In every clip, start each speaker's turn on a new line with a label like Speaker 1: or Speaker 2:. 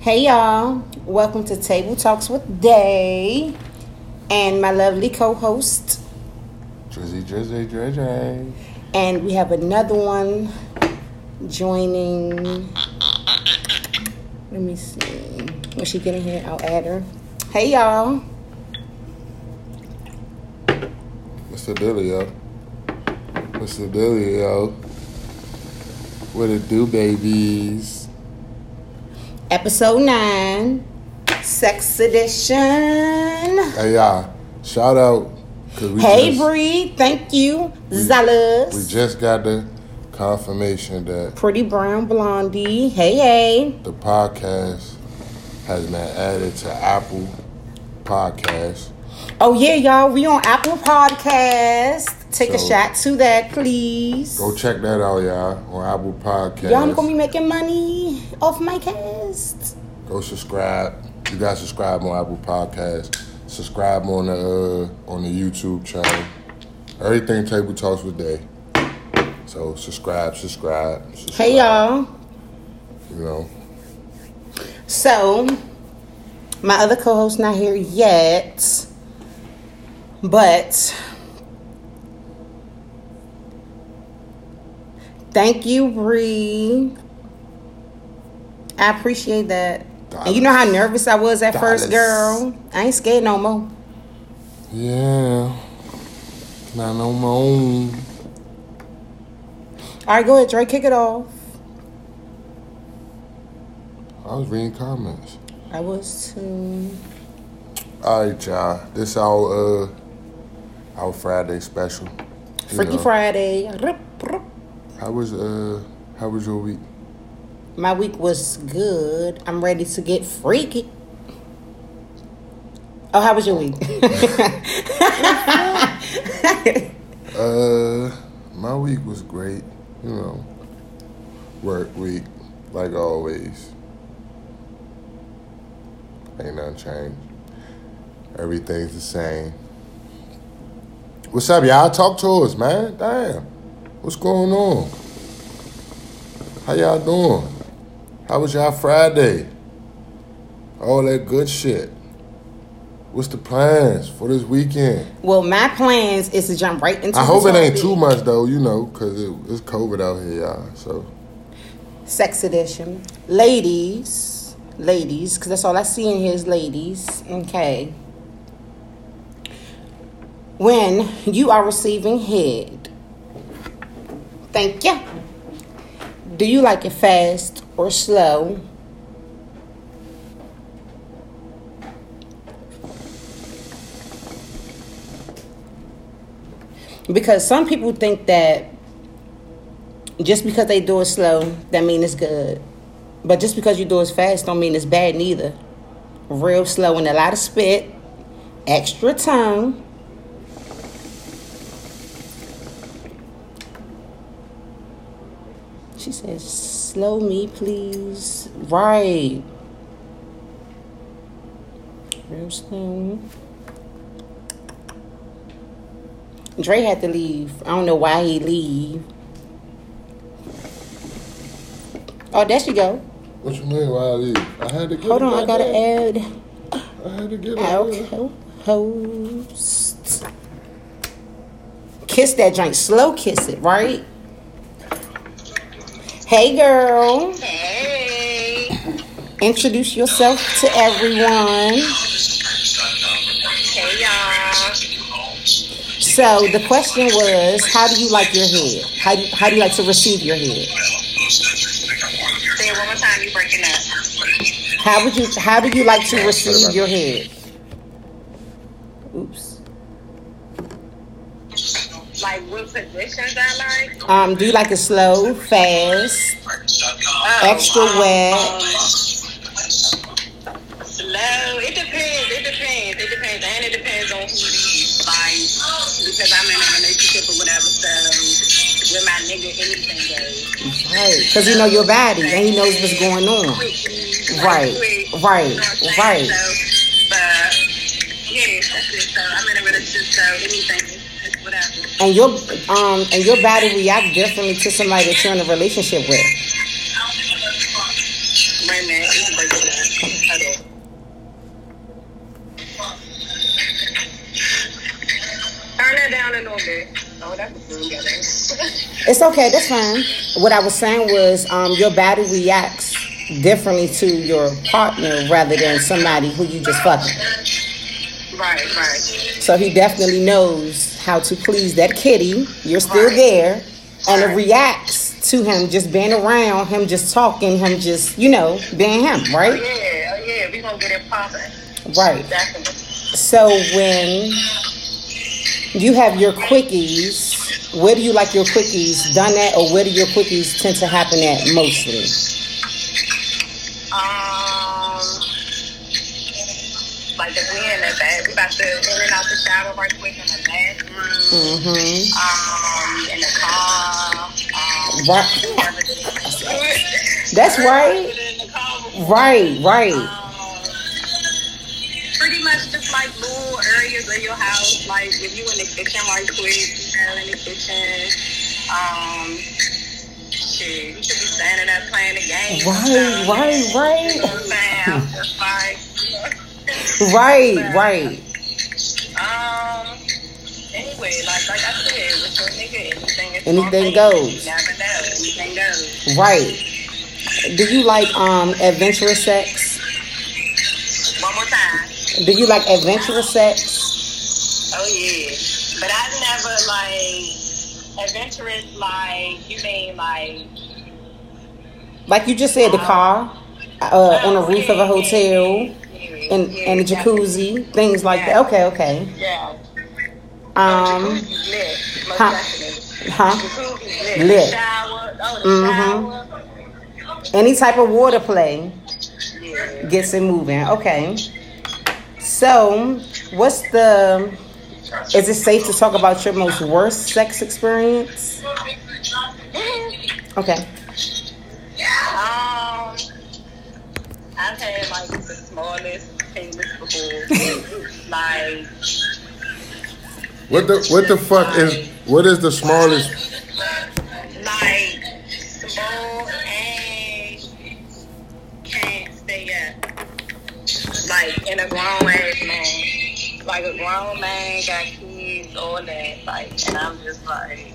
Speaker 1: Hey y'all, welcome to Table Talks with Day and my lovely co host.
Speaker 2: Drizzy, drizzy, drizzy.
Speaker 1: And we have another one joining. Let me see. When she get in here, I'll add her. Hey y'all.
Speaker 2: Mr. Billio. Mr. Billio. What it do, babies?
Speaker 1: Episode 9 Sex Edition.
Speaker 2: Hey, y'all. Shout out. 'cause we
Speaker 1: Hey
Speaker 2: just,
Speaker 1: Bree, thank you.
Speaker 2: We
Speaker 1: Zellas.
Speaker 2: just got the confirmation that
Speaker 1: Pretty Brown Blondie. Hey, hey.
Speaker 2: the podcast has been added to Apple Podcast.
Speaker 1: Oh yeah, y'all. We on Apple Podcast. Take a
Speaker 2: So-
Speaker 1: shot to that, please.
Speaker 2: Go check that out, y'all, on Apple Podcast.
Speaker 1: Y'all, I'm gonna be making money off my cast.
Speaker 2: Go subscribe. You guys subscribe on Apple Podcast. Subscribe on the uh, on the YouTube channel. Everything Table Talks with Day. So subscribe, subscribe, subscribe.
Speaker 1: Hey, y'all.
Speaker 2: You know,
Speaker 1: So, my other co-host not here yet, but thank you, Bree. I appreciate that. And you know how nervous I was at first,
Speaker 2: Dollars.
Speaker 1: girl. I ain't scared no more.
Speaker 2: yeah. Not no more.
Speaker 1: All right, go ahead, Dre. Kick it off.
Speaker 2: I was reading comments.
Speaker 1: I was too.
Speaker 2: All right, y'all. This our uh our Friday special. You
Speaker 1: Freaky
Speaker 2: know.
Speaker 1: Friday. Rup, rup.
Speaker 2: How was uh how was your week?
Speaker 1: My week was good. I'm ready to get freaky. Oh, how was your week?
Speaker 2: Uh, my week was great. You know, work week, like always. Ain't nothing changed. Everything's the same. What's up, y'all? Talk to us, man. Damn. What's going on? How y'all doing? How was y'all Friday? All that good shit. What's the plans for this weekend?
Speaker 1: well, my plans is to jump right into.
Speaker 2: I
Speaker 1: the
Speaker 2: hope it ain't
Speaker 1: topic.
Speaker 2: too much though, you know, cause it, it's COVID out here, y'all. So
Speaker 1: Sex edition, ladies, ladies, because that's all I see in here is ladies. Okay. When you are receiving head, thank you. Do you like it fast or slow? Because some people think that just because they do it slow, that mean it's good. But just because you do it fast, don't mean it's bad neither. Real slow and a lot of spit, extra tongue. She says, "Slow me, please." Right. Real slow. Dre had to leave. I don't know why he leave. Oh, there she go.
Speaker 2: what you mean? Why I leave? I had to get.
Speaker 1: Hold
Speaker 2: it
Speaker 1: on, I
Speaker 2: back
Speaker 1: gotta
Speaker 2: there.
Speaker 1: add Ah,
Speaker 2: I had to get it.
Speaker 1: our
Speaker 2: yeah.
Speaker 1: co-host. Kiss that joint, slow kiss it, right? Hey, girl.
Speaker 3: Hey.
Speaker 1: Introduce yourself to everyone.
Speaker 3: Hey, y'all.
Speaker 1: So the question was, how do you like your head? How do you, how do you like to receive your head?
Speaker 3: Say it one more time. You breaking up.
Speaker 1: How would you how do you like to receive your head? Oops.
Speaker 3: Like, what positions I like?
Speaker 1: Um, do you like it slow, fast,
Speaker 3: Oh,
Speaker 1: Extra
Speaker 3: um,
Speaker 1: wet.
Speaker 3: Slow. It depends. It depends. It depends. And it depends on who it is. Like, because I'm in a relationship or whatever, so with my nigga, anything goes.
Speaker 1: Right, because you know your body and he knows what's going on.
Speaker 3: Quick.
Speaker 1: Right,
Speaker 3: Quick.
Speaker 1: right,
Speaker 3: You know what I'm
Speaker 1: right.
Speaker 3: saying? So, but, yeah, that's it. So, I'm in a relationship, so anything, it's whatever.
Speaker 1: And your um and your body react differently to somebody that you're in a relationship with.
Speaker 3: Wait a minute, it's breaking down. Hold on. Turn that down a little bit. Oh, that was really good.
Speaker 1: It's okay, that's fine. What I was saying was um, your body reacts differently to your partner rather than somebody who you just fucking.
Speaker 3: right, right.
Speaker 1: So he definitely knows how to please that kitty. You're still there. And it reacts to him just being around, him just talking, him just, you know, being him, right?
Speaker 3: Yeah, oh yeah, we gonna get it popping.
Speaker 1: Right.
Speaker 3: Definitely.
Speaker 1: So when you have your quickies, where do you like your quickies done at, or where do your quickies tend to happen at mostly?
Speaker 3: Um, like if we in the bath, we about to in and out the shower right quick in the bathroom.
Speaker 1: Mm-hmm.
Speaker 3: Um, in the car. Um,
Speaker 1: Right.
Speaker 3: whatever it is.
Speaker 1: That's right.
Speaker 3: In the car before
Speaker 1: Right, right.
Speaker 3: pretty much just like little areas of your house. Like if you in the kitchen, like quick, you know, in the kitchen. Um, shit, you could be standing up playing a game.
Speaker 1: Right, right,
Speaker 3: You
Speaker 1: right.
Speaker 3: know what I'm saying? I'm just like,
Speaker 1: Right, right.
Speaker 3: um. Anyway, like like I said, with your nigga, anything is
Speaker 1: Anything
Speaker 3: spontaneous.
Speaker 1: goes.
Speaker 3: You never know. Anything goes.
Speaker 1: Right. Do you like um adventurous sex?
Speaker 3: One more time.
Speaker 1: Do you like adventurous sex?
Speaker 3: Oh yeah, but I've never like adventurous. Like you mean like
Speaker 1: Like you just said, the car, uh, on the roof of a hotel, and
Speaker 3: oh, yeah,
Speaker 1: and a jacuzzi, things like that. Okay, okay.
Speaker 3: Yeah.
Speaker 1: Um,
Speaker 3: Jacuzzi's lit, most
Speaker 1: huh.
Speaker 3: definitely.
Speaker 1: huh?
Speaker 3: Jacuzzi's
Speaker 1: Lit.
Speaker 3: lit. Shower. Oh, the
Speaker 1: Mhm.
Speaker 3: shower.
Speaker 1: Any type of water play
Speaker 3: Yeah.
Speaker 1: gets it moving. Okay. So, what's the? Is it safe to talk about your most worst sex experience? Okay.
Speaker 3: Um, I've had like the smallest penis before. like
Speaker 2: What the what the fuck is what is the smallest?
Speaker 3: like small and can't stay up. Like in a grown ass man. Like a grown man got kids, all that. Like and I'm just like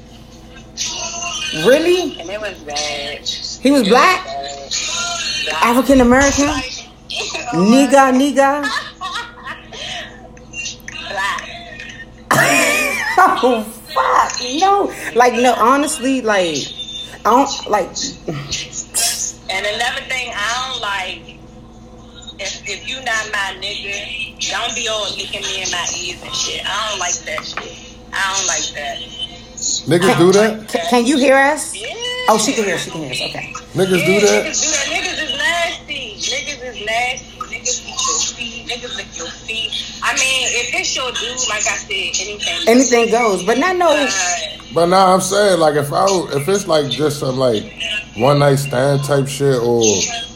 Speaker 1: Really?
Speaker 3: and it was bad.
Speaker 1: He was black, African American, nigga, nigga.
Speaker 3: Black.
Speaker 1: oh fuck no like no honestly like i don't like
Speaker 3: And another thing I don't like if if you not my nigga, don't be all licking me in my ears and shit. I don't like that shit. I don't like that.
Speaker 2: Niggas do that.
Speaker 1: can, can you hear us
Speaker 3: Yeah.
Speaker 1: oh she can hear us she can hear us okay
Speaker 2: Niggas do that.
Speaker 3: Niggas is nasty. Niggas is nasty. Niggas lick your feet. Niggas lick your feet. I mean, if it's your dude, like I said, anything.
Speaker 1: anything goes but not no
Speaker 3: Uh,
Speaker 2: But now I'm saying like if I w- if it's like just some like one night stand type shit or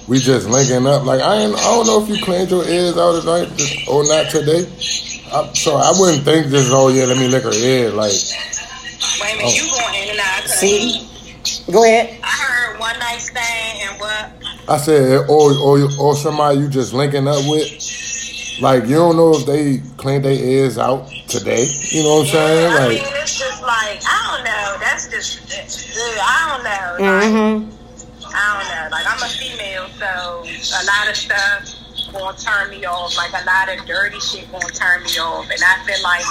Speaker 2: we just linking up like I ain't I don't know if you cleaned your ears out tonight just- or not today. I, so I wouldn't think just oh yeah let me lick her ear like
Speaker 3: wait a minute, you going in and out? 'cause
Speaker 1: Oh. see go ahead
Speaker 3: I heard one night stand and what?
Speaker 2: I said or or or somebody you just linking up with like you don't know if they cleaned their ears out today you know what I'm saying
Speaker 3: I
Speaker 2: like
Speaker 3: mean, it's just like I don't know. That's just ugh, I don't know. Like,
Speaker 1: mm-hmm
Speaker 3: I don't know. Like I'm a female, so a lot of stuff gonna turn me off. Like a lot of dirty shit gonna turn me off, and I feel like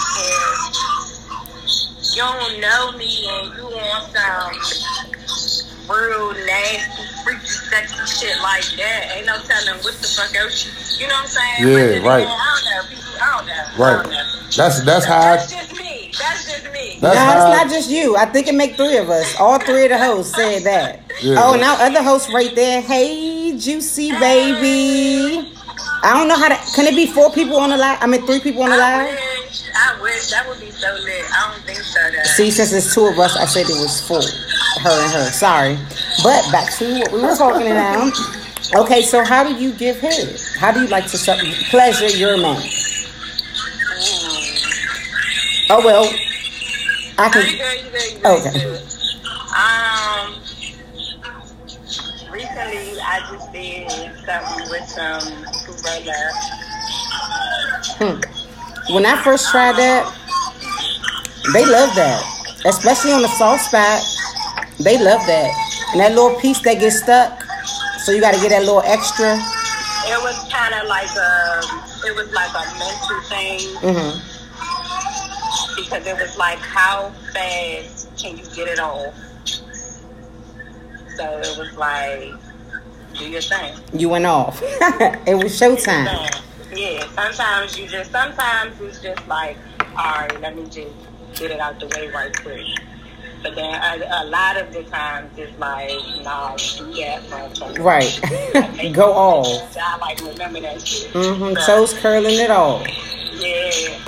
Speaker 3: if you don't know me and you want some real nasty, freaky, sexy shit like that, ain't no telling what the fuck else. You, you know what I'm saying? But
Speaker 2: Yeah,
Speaker 3: then
Speaker 2: right.
Speaker 3: again, I don't know. People, I don't know. I
Speaker 2: right
Speaker 3: don't know.
Speaker 2: that's that's how I,
Speaker 3: That's just me. That's just me.
Speaker 1: no,
Speaker 2: that's
Speaker 1: it's
Speaker 2: how
Speaker 1: not just you. I think it make three of us. All three of the hosts said that.
Speaker 2: Yeah.
Speaker 1: Oh, now other hosts right there. Hey, juicy baby. I don't know how to. Can it be four people on the live? I mean, three people on the
Speaker 3: I
Speaker 1: live.
Speaker 3: wish. I wish that would be so lit. I don't think so. Though.
Speaker 1: See, since it's two of us, I said it was four. Her and her. Sorry. But back to what we were talking about. Okay, so how do you give head? How do you like to sup- pleasure your man? Oh well, I
Speaker 3: No,
Speaker 1: can.
Speaker 3: you good, you good, you good,
Speaker 1: Okay.
Speaker 3: you good. Um, recently I just did something with some gorilla.
Speaker 1: When I first tried that, they love that. Especially on the soft spot. They love that. And that little piece that gets stuck. So you gotta get that little extra.
Speaker 3: It was kind of like a, it was like a mental thing
Speaker 1: hmm
Speaker 3: because it was like, how fast can you get it off? So it was like, do your thing.
Speaker 1: You went off. it was showtime.
Speaker 3: Yeah, sometimes you just, sometimes it's just like, all right, let me just get it out the way right quick. But then a, a lot of the times it's like, nah, do that, motherfucker.
Speaker 1: Right. Go off.
Speaker 3: I like remember that shit.
Speaker 1: hmm
Speaker 3: But,
Speaker 1: Toes curling it all.
Speaker 3: Yeah.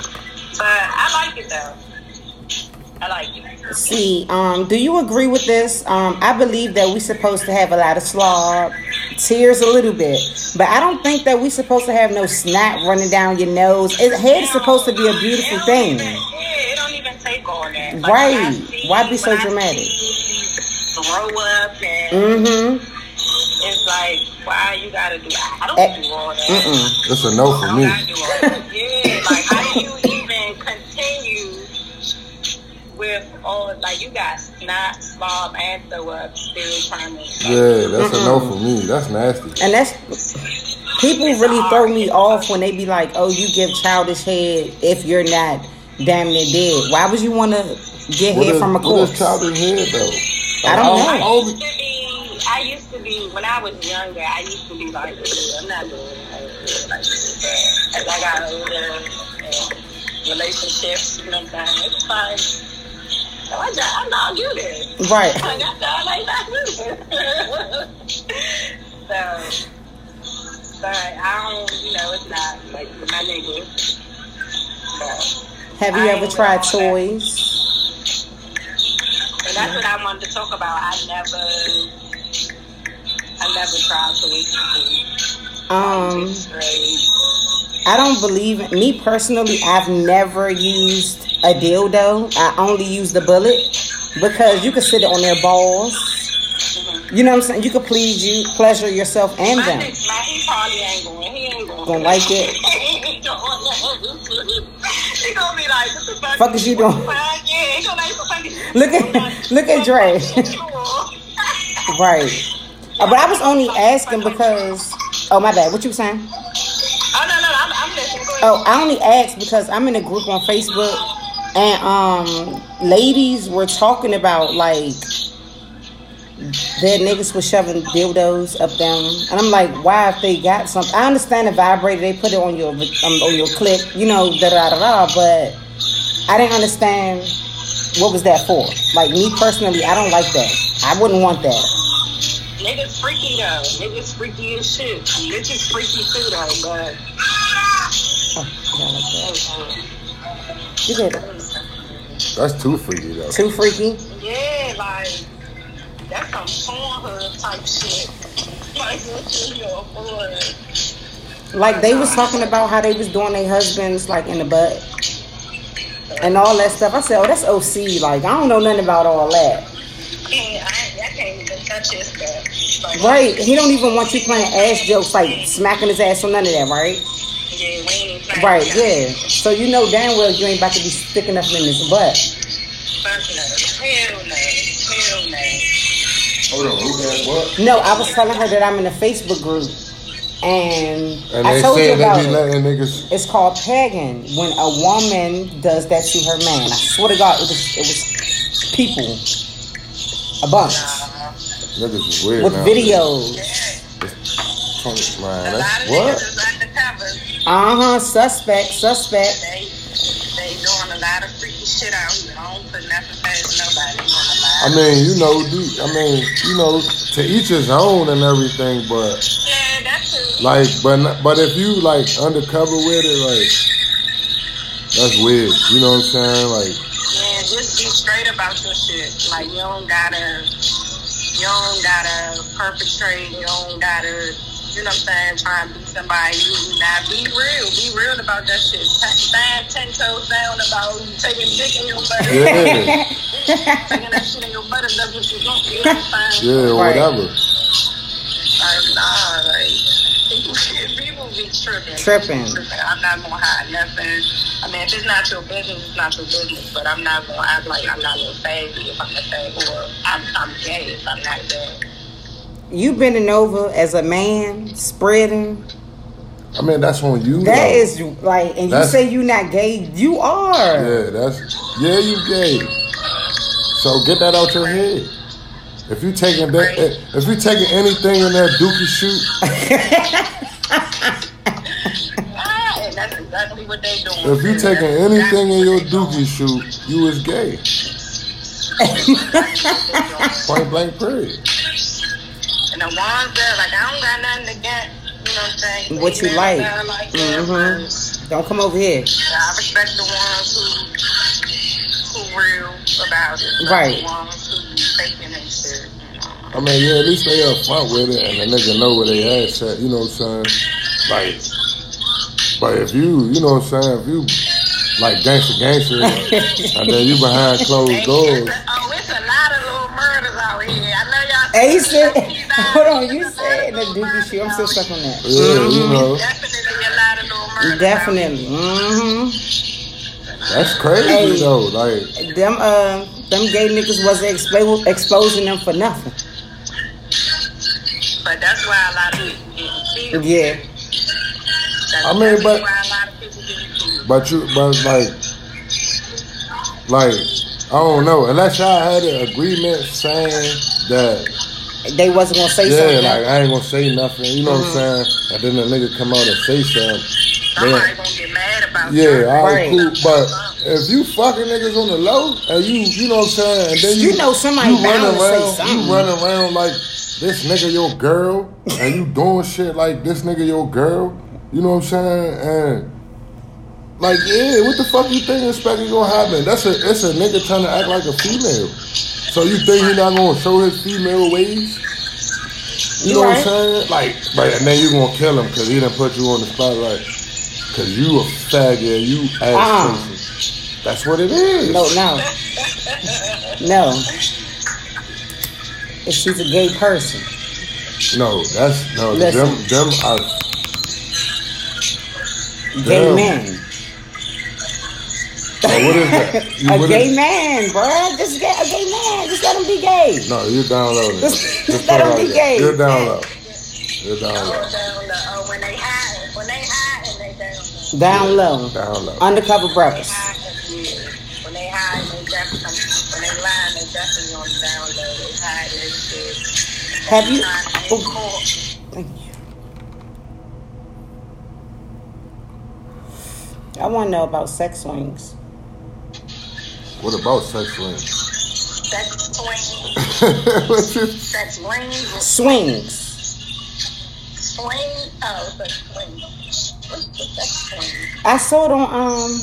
Speaker 3: But I like it though. I like it.
Speaker 1: See, um, do you agree with this? Um, I believe that we're supposed to have a lot of slob, tears a little bit, but I don't think that we're supposed to have no snot running down your nose. It, hair's supposed to be a beautiful
Speaker 3: It don't
Speaker 1: thing.
Speaker 3: even- yeah, it don't even take all that.
Speaker 1: Right.
Speaker 3: when I see-
Speaker 1: Why be so
Speaker 3: when I
Speaker 1: dramatic?
Speaker 3: see Grow up and
Speaker 1: Mm-hmm.
Speaker 3: it's like, why you gotta do? I don't
Speaker 1: Eh,
Speaker 3: do all that.
Speaker 1: Mm-mm.
Speaker 2: It's a no
Speaker 3: I
Speaker 2: for
Speaker 3: don't
Speaker 2: me.
Speaker 3: gotta do all that. Yeah, like how do you even continue with all? Like you got snot, slob, and throw up, still trying to.
Speaker 2: Yeah, that's a no for me. That's nasty.
Speaker 1: And that's people really throw me off when they be like, "Oh, you give childish head if you're not damn near dead. Why would you want to get
Speaker 2: What
Speaker 1: head
Speaker 2: is,
Speaker 1: from a
Speaker 2: what
Speaker 1: corpse?"
Speaker 2: is childhood head though? oh,
Speaker 1: I don't know.
Speaker 2: I
Speaker 3: I
Speaker 2: don't-
Speaker 3: used to be, I used to be, when I was younger, I used to be like, "Ugh, I'm not doing it. Like, as I got older, and relationships, you know what I'm saying? It's fine. So I just, I'm not do this.
Speaker 1: Right.
Speaker 3: Like, that's all I not do this. so, but I don't, you know, it's not like my nigga. But,
Speaker 1: Have you
Speaker 3: I
Speaker 1: ever
Speaker 3: ain't
Speaker 1: tried
Speaker 3: with all that.
Speaker 1: toys?
Speaker 3: And that's what I wanted to talk about. I never, I never tried to eat
Speaker 1: Um.
Speaker 3: straight.
Speaker 1: I don't believe me personally. I've never used a dildo. I only use the bullet because you can sit it on their balls. You know what I'm saying? You can please you pleasure yourself and
Speaker 3: My,
Speaker 1: them.
Speaker 3: nigga- my, he probably ain't going. He ain't going.
Speaker 1: Gonna like it.
Speaker 3: he gonna be like, what the fuck,
Speaker 1: Fuck is you doing?
Speaker 3: Yeah, he gonna like, what the fuck is you
Speaker 1: Look at-
Speaker 3: doing?
Speaker 1: look at Dre.
Speaker 3: Sure.
Speaker 1: Right. Uh, But I was only asking because. Oh my bad. What you saying?
Speaker 3: oh no, no, I'm, I'm listening. Go ahead.
Speaker 1: Oh, I only asked because I'm in a group on Facebook and um ladies were talking about like their niggas was shoving dildos up them and I'm like, why if they got something? I understand the vibrator, they put it on your um, on your clip, you know, da da da da, but I didn't understand what was that for. Like me personally, I don't like that. I wouldn't want that.
Speaker 3: Niggas freaky though. Niggas freaky as shit. Bitches freaky too though, but.
Speaker 1: Oh, yeah, I like that. You did it.
Speaker 2: That's too freaky though.
Speaker 1: Too freaky.
Speaker 3: Yeah, like that's some Pornhub type shit. Like what you your boy.
Speaker 1: Like they was talking about how they was doing their husbands like in the butt and all that stuff. I said, oh, that's OC. Like I don't know nothing about all that.
Speaker 3: Can't I, I can't even touch his stuff. Like,
Speaker 1: Right? He don't even want you playing ass jokes, like smacking his ass or none of that. Right?
Speaker 3: Yeah, we ain't playing
Speaker 1: Right?
Speaker 3: that.
Speaker 1: Yeah. So you know damn well you ain't about to be sticking up in his butt.
Speaker 3: Fuck no. Hell no. Hell no.
Speaker 2: Hold on, who had what?
Speaker 1: No, I was telling her that I'm in a Facebook group, and,
Speaker 2: And
Speaker 1: I
Speaker 2: they
Speaker 1: told you
Speaker 2: said
Speaker 1: about
Speaker 2: they be
Speaker 1: it.
Speaker 2: letting niggas.
Speaker 1: It's called pagan when a woman does that to her man. I swear to God, it was it was people, a bunch
Speaker 2: Niggas is weird
Speaker 1: with
Speaker 2: now.
Speaker 1: videos.
Speaker 2: Man,
Speaker 3: A lot of
Speaker 2: that's
Speaker 3: niggas
Speaker 2: what?
Speaker 3: is undercover.
Speaker 1: Uh huh. Suspect. Suspect.
Speaker 3: They they doing a lot of freaky shit out here. I don't put nothing past nobody.
Speaker 2: I mean, you know, dude, I mean, you know, to each his own and everything, but
Speaker 3: Yeah, that's a,
Speaker 2: like, but not- but if you like undercover with it, like, that's weird. You know what I'm saying? Like,
Speaker 3: Man, just be straight about your shit. Like you don't gotta, you don't gotta perpetrate. You don't gotta, you know what I'm saying? Try and be somebody you not. Be real. Be real about that shit. T- Stand ten toes down about taking dick in your butt.
Speaker 2: yeah,
Speaker 3: taking that shit in your butt. if That's what you want. You know what I'm saying?
Speaker 2: yeah,
Speaker 1: Right.
Speaker 2: whatever.
Speaker 3: Like nah, like tripping.
Speaker 1: Tripping.
Speaker 3: I'm not gonna hide nothing. I mean, if it's not your business, it's not your business. But I'm not gonna act like I'm not your faggy if I'm the fag, or I'm, I'm gay if I'm not gay.
Speaker 1: You bending over as a man, spreading.
Speaker 2: I mean, that's on you. though.
Speaker 1: That is like, and you
Speaker 2: That's-
Speaker 1: say you not gay. You are.
Speaker 2: Yeah, that's yeah, you gay. So get that out your head. If you taking that, eh, if you taking anything in that dookie shoot,
Speaker 3: Ah, and that's exactly what they doing.
Speaker 2: if you taking anything in your dookie shoot, you is gay. Point blank, period.
Speaker 3: And the ones that like I don't got nothing to get. You know what I'm saying?
Speaker 1: What you like.
Speaker 3: I like that,
Speaker 1: Mm-hmm. Don't come over here.
Speaker 3: but I respect the ones who who real about it. not
Speaker 1: Right.
Speaker 3: The ones who faking and shit. you know.
Speaker 2: I mean, yeah, at least they up front with it, and the nigga know where they ass at. You know what I'm saying? Like, but if you, you know what I'm saying? If you like gangster, gangster, and then you behind closed doors.
Speaker 3: Oh, it's a lot of little murders out here. I know y'all.
Speaker 1: Hey, you said, hold on, you said the dookie shit. I'm still stuck on that.
Speaker 2: Yeah, you
Speaker 1: Mm-hmm.
Speaker 2: know.
Speaker 3: Definitely a lot of little murders.
Speaker 1: Definitely. Mm-hmm.
Speaker 2: That's crazy
Speaker 1: Hey.
Speaker 2: though. Like
Speaker 1: Them uh, them gay niggas wasn't expo- exposing them for nothing.
Speaker 3: Out here. But that's why a lot of people getting killed.
Speaker 1: Yeah.
Speaker 3: That's
Speaker 2: I mean, but-
Speaker 3: why a lot of people getting killed.
Speaker 2: but you but like like I don't know, unless y'all had an agreement saying that
Speaker 1: They wasn't gonna say
Speaker 2: yeah,
Speaker 1: something. Mm-hmm.
Speaker 2: like I ain't gonna say nothing, you know what I'm saying? And then the nigga come out and say something.
Speaker 3: Somebody
Speaker 2: Then,
Speaker 3: gonna get mad about
Speaker 2: yeah,
Speaker 3: something.
Speaker 2: all right,
Speaker 1: Right.
Speaker 2: cool. But if you fucking niggas on the low and you you know what I'm saying, and then you,
Speaker 1: You know somebody bound to say
Speaker 2: around
Speaker 1: something.
Speaker 2: you run around like this nigga your girl and you doing shit like this nigga your girl, you know what I'm saying? And Like, yeah, what the fuck you think expect is gonna happen? That's a it's a nigga trying to act like a female. So you think he not gonna show his female ways? You know
Speaker 1: Right.
Speaker 2: what I'm saying? Like, but and then you gonna kill him because he done put you on the spotlight. Cause you a faggot, you ass
Speaker 1: Uh-uh.
Speaker 2: pussy. That's what it is.
Speaker 1: No, no, no. If she's a gay person,
Speaker 2: No, that's no
Speaker 1: Listen.
Speaker 2: them them are
Speaker 1: gay
Speaker 2: Damn.
Speaker 1: man,
Speaker 2: so what is that? You
Speaker 1: a
Speaker 2: what
Speaker 1: gay
Speaker 2: is-
Speaker 1: man, bruh. Just get a gay man. Just let him be gay.
Speaker 2: No, you're down low. then.
Speaker 1: Just-
Speaker 2: Just
Speaker 1: let
Speaker 2: put it
Speaker 1: him
Speaker 2: out
Speaker 1: be
Speaker 2: there.
Speaker 1: gay.
Speaker 2: You're down low. You're down low.
Speaker 3: Oh, when they hide, when they hide, and they down.
Speaker 1: Down low,
Speaker 2: Down low.
Speaker 1: undercover brothers.
Speaker 3: When they hide, they definitely, when they lie, they definitely on the down low. They hide their shit.
Speaker 1: Have you-
Speaker 3: Trying to get
Speaker 1: oh.
Speaker 3: caught.
Speaker 1: Thank you. I want to know about sex swings.
Speaker 2: What about sex rings?
Speaker 3: Sex swing,
Speaker 2: What's this?
Speaker 3: sex rings,
Speaker 1: Swings.
Speaker 3: swing. Oh, sex swing. What's the sex swing?
Speaker 1: I saw it on um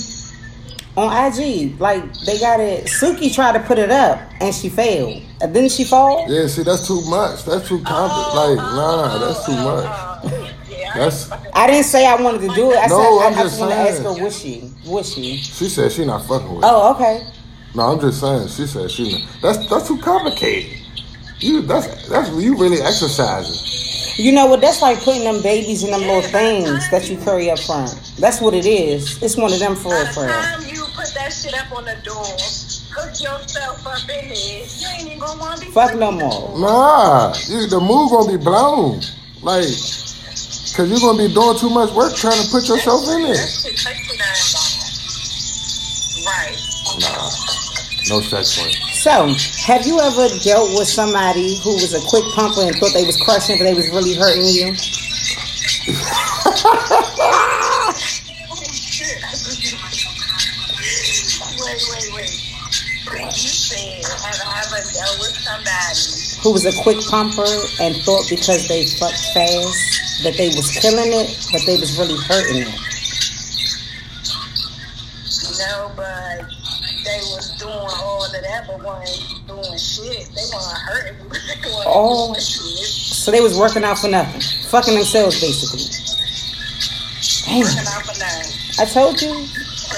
Speaker 1: on IG. Like they got it. Suki tried to put it up and she failed. And didn't she fall?
Speaker 2: Yeah, see, that's too much. That's too complex. Like, nah, that's too much.
Speaker 3: Uh, yeah.
Speaker 2: That's
Speaker 1: I didn't say I wanted to do it. I said
Speaker 2: No,
Speaker 1: I,
Speaker 2: I'm
Speaker 1: I
Speaker 2: just
Speaker 1: just want to
Speaker 2: saying.
Speaker 1: ask her was she was she?
Speaker 2: she said she not fucking with. it.
Speaker 1: Oh, okay.
Speaker 2: No, I'm just saying she said she not. That's that's too complicated. You that's that's you really exercising.
Speaker 1: You know what? That's like putting them babies in them little things that you carry up front. That's what it is. It's one of them for
Speaker 3: By
Speaker 1: real,
Speaker 3: the
Speaker 1: for real.
Speaker 3: time you put that shit up on the door, hook yourself up in there, you ain't even gonna wanna be.
Speaker 1: Fuck no more.
Speaker 2: Nah, you, the move gonna be blown. Like, cause you're gonna be doing too much work trying to put yourself in
Speaker 3: That
Speaker 2: there.
Speaker 3: shit takes you down. Right.
Speaker 2: Nah, no sex point.
Speaker 1: So, have you ever dealt with somebody who was a quick pumper and thought they was crushing, but they was really hurting you?
Speaker 3: Holy shit. wait, wait, wait. You said, have I ever dealt with somebody?
Speaker 1: Who was a quick pumper and thought because they fucked fast that they was killing it, but they was really hurting it?
Speaker 3: No, but they was doing all of that, but wasn't doing shit. They weren't hurting. me. They weren't
Speaker 1: Oh.
Speaker 3: doing shit.
Speaker 1: So they was working out for nothing, fucking themselves basically. Damn,
Speaker 3: And I'm like,
Speaker 1: I told you,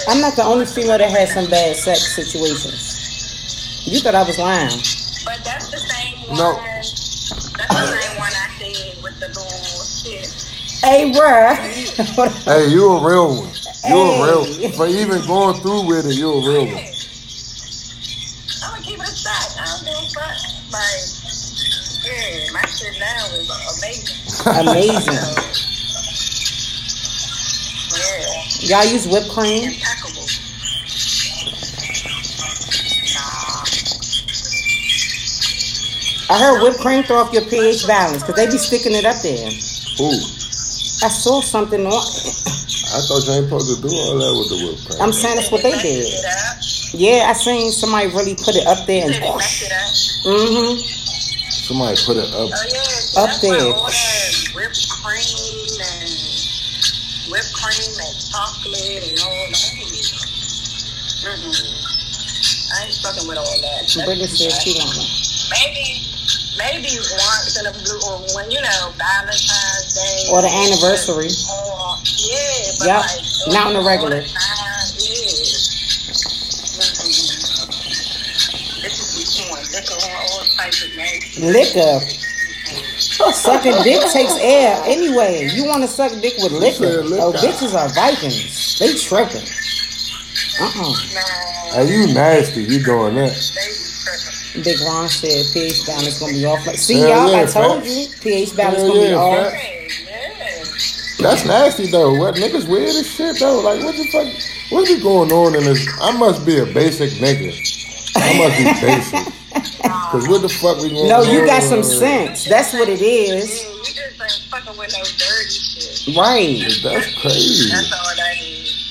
Speaker 1: I'm not the only female that had some bad sex situations. You thought I was lying.
Speaker 3: But that's the same one.
Speaker 2: No.
Speaker 3: That's the same one I said with the little shit.
Speaker 1: Hey, bruh.
Speaker 2: Hey, you a real one. You a
Speaker 1: Hey.
Speaker 2: real for even going through with it. You a real one.
Speaker 3: I'm gonna keep it a shot. I don't give a fuck. Like, yeah, my shit now is amazing.
Speaker 2: Hmm.
Speaker 1: Amazing.
Speaker 3: Yeah,
Speaker 1: Y'all use whipped cream?
Speaker 3: impeccable. Nah,
Speaker 1: I heard whipped cream throw off your pH balance because they be sticking it up there.
Speaker 2: Ooh,
Speaker 1: I saw something on.
Speaker 2: I thought you ain't supposed to do all that with the whipped cream.
Speaker 1: I'm saying that's what they did.
Speaker 3: Mess it up.
Speaker 1: Yeah, I seen somebody really put it up there and.
Speaker 3: Didn't mess it up.
Speaker 1: Mm-hmm.
Speaker 2: Somebody put it up.
Speaker 3: Oh yeah, see,
Speaker 1: Up
Speaker 3: that's why
Speaker 1: there.
Speaker 3: all that whipped cream and whipped cream and chocolate and all that. Mm-mm. I ain't fucking with all that.
Speaker 1: Brittany said she don't know.
Speaker 3: maybe maybe once in a blue or when you know Valentine's Day
Speaker 1: Or the anniversary.
Speaker 3: Or, yeah, but
Speaker 1: Yep,
Speaker 3: like
Speaker 1: not on the
Speaker 3: all
Speaker 1: regular.
Speaker 3: time, yeah. Mm-mm. This is between liquor on all types of names.
Speaker 1: Liquor. Sucking dick takes air anyway. You want to suck dick with liquor?
Speaker 2: said liquor.
Speaker 1: Oh, bitches are Vikings. They tripping. Uh-uh.
Speaker 3: Nah,
Speaker 2: Are you nasty? You doing that?
Speaker 3: they be tripping.
Speaker 1: Big Ron said pH balance gonna be off. Like, see
Speaker 2: Hell
Speaker 1: y'all,
Speaker 2: yeah,
Speaker 1: I told
Speaker 2: fat.
Speaker 1: you pH balance
Speaker 2: Hell
Speaker 1: gonna be
Speaker 2: yeah,
Speaker 1: off.
Speaker 2: fat.
Speaker 3: Hey, yeah.
Speaker 2: That's nasty though. What niggas weird as shit though. Like what the fuck? What be going on in this? I must be a basic nigga. I must be basic. Cause what the fuck we going
Speaker 1: No,
Speaker 2: on
Speaker 1: you got
Speaker 2: in
Speaker 1: some
Speaker 2: this?
Speaker 1: sense. That's what it
Speaker 3: Yeah,
Speaker 1: is.
Speaker 3: you just ain't fucking with no dirty shit.
Speaker 1: Right.
Speaker 2: That's crazy.
Speaker 3: That's all that is.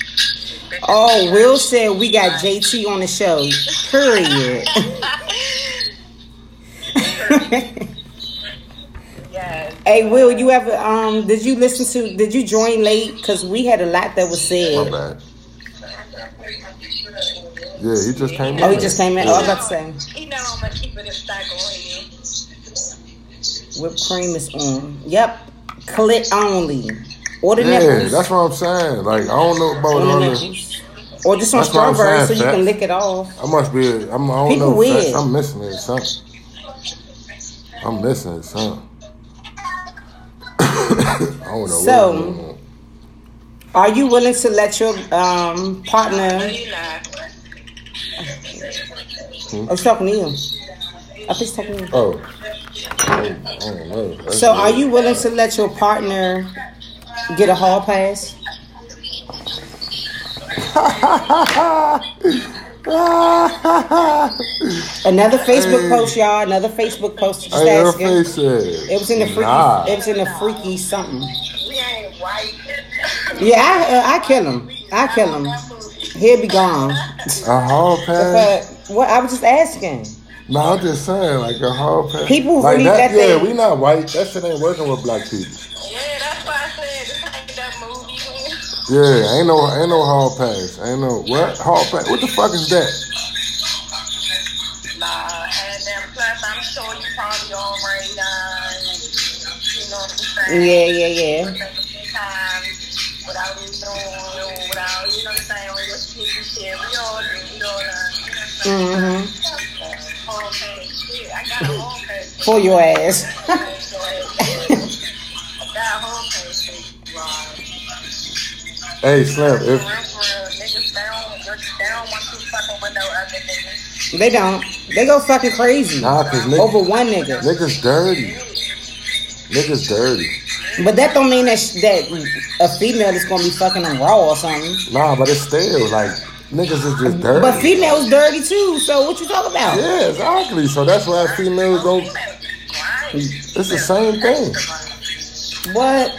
Speaker 3: Bitches
Speaker 1: Oh, Will said we got JT on the show. Period.
Speaker 3: Yes.
Speaker 1: hey, Will, you ever um? Did you listen to? Did you join late? Cause we had a lot that was
Speaker 2: My
Speaker 1: said.
Speaker 2: bad. Yeah, he just came in.
Speaker 1: Oh, he just came in. Oh, I got to say,
Speaker 3: He know I'm gonna keep it a stack on you.
Speaker 1: whipped cream is on. Yep, clit only. Or the
Speaker 2: Yeah,
Speaker 1: nipples.
Speaker 2: that's what I'm saying. Like I don't know about
Speaker 1: or the
Speaker 2: all this.
Speaker 1: nipples. Or just on
Speaker 2: That's what I'm
Speaker 1: strawberries so
Speaker 2: saying,
Speaker 1: you can
Speaker 2: fat.
Speaker 1: lick it off.
Speaker 2: I must be. I'm, I don't
Speaker 1: People
Speaker 2: know.
Speaker 1: weird.
Speaker 2: fat. I'm missing it. Something. I'm missing something. I don't know.
Speaker 1: So-
Speaker 2: what's going on.
Speaker 1: Are you willing to let your um, partner?
Speaker 3: you not.
Speaker 1: I was oh, talking to you. I was talking to you.
Speaker 2: oh, I don't, I don't know. That's
Speaker 1: So, are
Speaker 2: weird.
Speaker 1: you willing to let your partner get a hall pass? Another Facebook post, y'all. Another Facebook post. Just
Speaker 2: Hey, her
Speaker 1: asking.
Speaker 2: face said.
Speaker 1: It was in the freaky.
Speaker 2: Nah.
Speaker 1: It was in the freaky something.
Speaker 3: We ain't white.
Speaker 1: Yeah, I, uh, I kill him. I kill him. He'll be gone.
Speaker 2: A hall pass?
Speaker 1: But what I was just asking.
Speaker 2: No, I'm just saying, like a hall pass.
Speaker 1: People
Speaker 2: like
Speaker 1: really
Speaker 2: that.
Speaker 1: that
Speaker 2: yeah,
Speaker 1: they-
Speaker 2: we not white. That shit ain't working with black people.
Speaker 3: Yeah, that's why I said this ain't that movie.
Speaker 2: Yeah, ain't no, ain't no hall pass. Ain't no what hall pass? What the fuck is that?
Speaker 3: Nah, and then plus I'm sure you probably already done. You know what I'm
Speaker 1: Yeah,
Speaker 3: saying?
Speaker 1: yeah, yeah.
Speaker 3: Time without you doing, without you know what I'm saying, with your sneaky shit, we all do, we all done.
Speaker 1: hmm Mm-hmm.
Speaker 3: Whole pack, shit, I got a whole pack.
Speaker 1: Pull your ass.
Speaker 3: I got a whole pack, shit, right.
Speaker 2: Hey, Slim,
Speaker 3: For uh, real,
Speaker 2: if
Speaker 3: for real, niggas, they don't, they don't want you fucking with no other niggas.
Speaker 1: They don't. They go fucking crazy
Speaker 2: nah, cause
Speaker 1: over
Speaker 2: niggas,
Speaker 1: one nigga.
Speaker 2: niggas dirty. Niggas dirty.
Speaker 1: But that don't mean that sh- that a female is gonna be fucking them raw or something.
Speaker 2: Nah, but it's still like niggas is just dirty.
Speaker 1: But females dirty too. So what you talking about?
Speaker 2: Yeah, exactly. So that's why females don't.
Speaker 3: It's
Speaker 2: It's the same thing.
Speaker 1: What?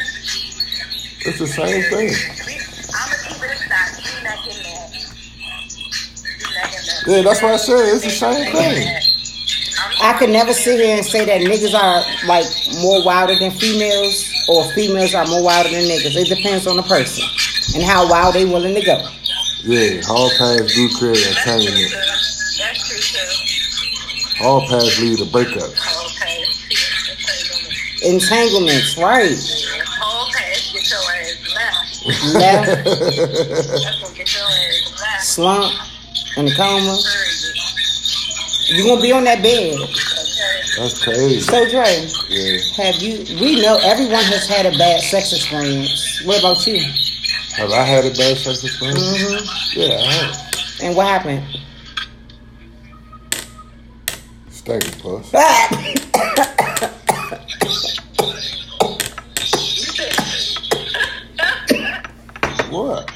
Speaker 2: It's the same thing.
Speaker 3: I'ma keep it a stock. You not getting that. You not getting that.
Speaker 2: Yeah, that's what I said. It's the same thing.
Speaker 1: I could never sit here and say that niggas are like more wilder than females, or females are more wilder than niggas. It depends on the person and how wild they willing to go.
Speaker 2: Yeah, hall pass do create
Speaker 3: That's true
Speaker 2: entanglement.
Speaker 3: too. That's true too.
Speaker 2: Hall pass lead to breakup.
Speaker 3: Okay.
Speaker 1: Entanglements, right?
Speaker 3: Whole pass, get your ass left.
Speaker 1: Left,
Speaker 3: That's gonna get your ass left.
Speaker 1: slump, in a coma.
Speaker 3: Period.
Speaker 1: You gonna be on that bed.
Speaker 3: Okay.
Speaker 2: That's crazy.
Speaker 1: So Dre,
Speaker 2: Yeah.
Speaker 1: have you? We know everyone has had a bad sex experience. What about you?
Speaker 2: Have I had a bad sex experience? Yeah, I have.
Speaker 1: And what happened?
Speaker 2: Stinking puss. What?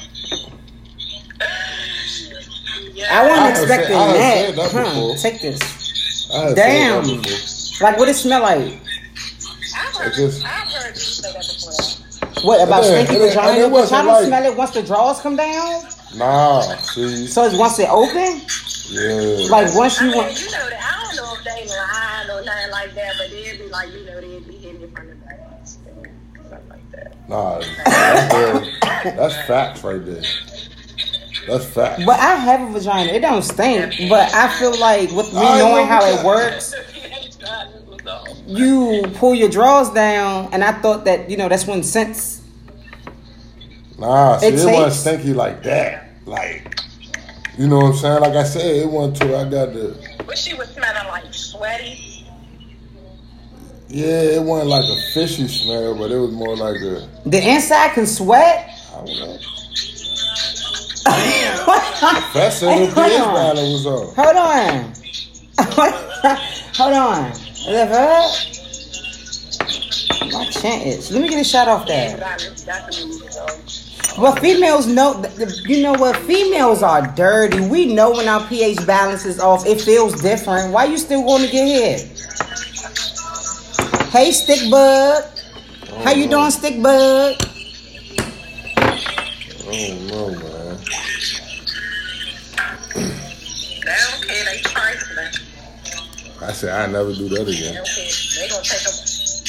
Speaker 1: I
Speaker 2: I
Speaker 1: wasn't
Speaker 2: haven't said-
Speaker 1: expecting
Speaker 2: I haven't
Speaker 1: that.
Speaker 2: said that
Speaker 1: Huh,
Speaker 2: before.
Speaker 1: Take this.
Speaker 2: I had
Speaker 1: Damn.
Speaker 2: said that before.
Speaker 1: Like, what it smell like?
Speaker 3: I've heard,
Speaker 2: guess-
Speaker 3: I've heard you say that before.
Speaker 1: What about
Speaker 2: Yeah,
Speaker 1: stinky
Speaker 2: and it- and
Speaker 1: vagina?
Speaker 2: it
Speaker 1: Which I
Speaker 2: wasn't
Speaker 1: don't
Speaker 2: like-
Speaker 1: smell it once the drawers come down.
Speaker 2: Nah, see,
Speaker 1: So it's once it open,
Speaker 2: yeah.
Speaker 1: like once
Speaker 3: I
Speaker 1: you
Speaker 3: mean,
Speaker 1: want.
Speaker 3: you know that. I don't know if they lying or nothing like that, but they'd be like, you know, they'd be hitting you from the back. and Something like that.
Speaker 2: Nah, that's, real. that's facts right there. That's facts.
Speaker 1: But I have a vagina. It don't stink. But I feel like with me
Speaker 2: I
Speaker 1: knowing
Speaker 2: know
Speaker 1: how
Speaker 2: what
Speaker 1: it
Speaker 2: you-
Speaker 1: works,
Speaker 3: That's
Speaker 1: you pull your drawers down, and I thought that you know that's when scents.
Speaker 2: Nah, see,
Speaker 1: It
Speaker 2: it, wasn't
Speaker 1: tastes-
Speaker 2: stinky like that. Like, you know what I'm saying? Like I said, it wasn't too. I got the.
Speaker 3: But she was smelling like sweaty.
Speaker 2: Yeah, it wasn't like a fishy smell, but it was more like a.
Speaker 1: The inside can sweat.
Speaker 2: I don't know.
Speaker 1: Hold
Speaker 2: That's it. It
Speaker 1: Hold on.
Speaker 2: was uh, on.
Speaker 1: on. Hold on. Is that right? My chant is. Let me get a shot off that.
Speaker 3: That's what we was
Speaker 1: Well, females know. th- th- You know what? Females are dirty. We know when our pH balance is off. It feels different. Why you still going to get hit? Hey, stick bug. How
Speaker 2: Oh,
Speaker 1: you doing, stick bug?
Speaker 2: I don't know, man.
Speaker 3: They don't care. They trifling.
Speaker 2: I said I never do that
Speaker 3: They
Speaker 2: again.
Speaker 3: don't care. They gonna take a.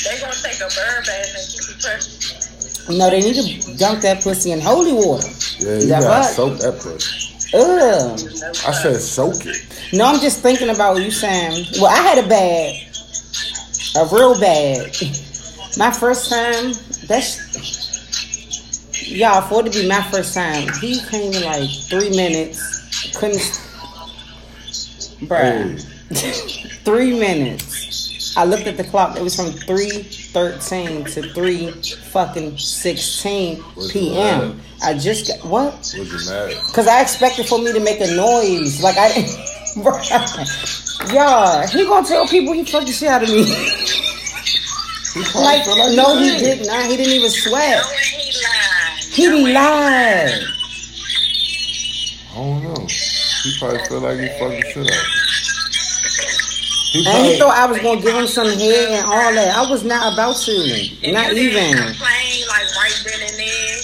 Speaker 3: They gonna take a bird bath and keep you pressed.
Speaker 1: No, they need to dunk that pussy in holy water.
Speaker 2: Yeah, you
Speaker 1: That
Speaker 2: gotta
Speaker 1: right?
Speaker 2: soak that pussy.
Speaker 1: Ugh.
Speaker 2: I said soak it.
Speaker 1: No, I'm just thinking about you saying. Well, I had a bad, a real bad. My first time. That's y'all for it to be my first time. He came in like three minutes. Couldn't, bruh. three minutes. I looked at the clock. It was from three thirteen to three fucking sixteen
Speaker 2: Was it loud?
Speaker 1: p.m. I just got what?
Speaker 2: Was you mad?
Speaker 1: Cause I expected for me to make a noise. Like I Bruh. Y'all, he gonna tell people he fucked the shit out of me. like, no, he did not. He didn't even sweat.
Speaker 3: Knowing he lied.
Speaker 1: He lied.
Speaker 2: I don't know. He probably feel like he fucking shit up. He
Speaker 1: And he
Speaker 2: probably,
Speaker 1: thought I was gonna give him some head and all that. I was not about to. Not
Speaker 3: You didn't
Speaker 1: even.
Speaker 3: Complain like right then and there,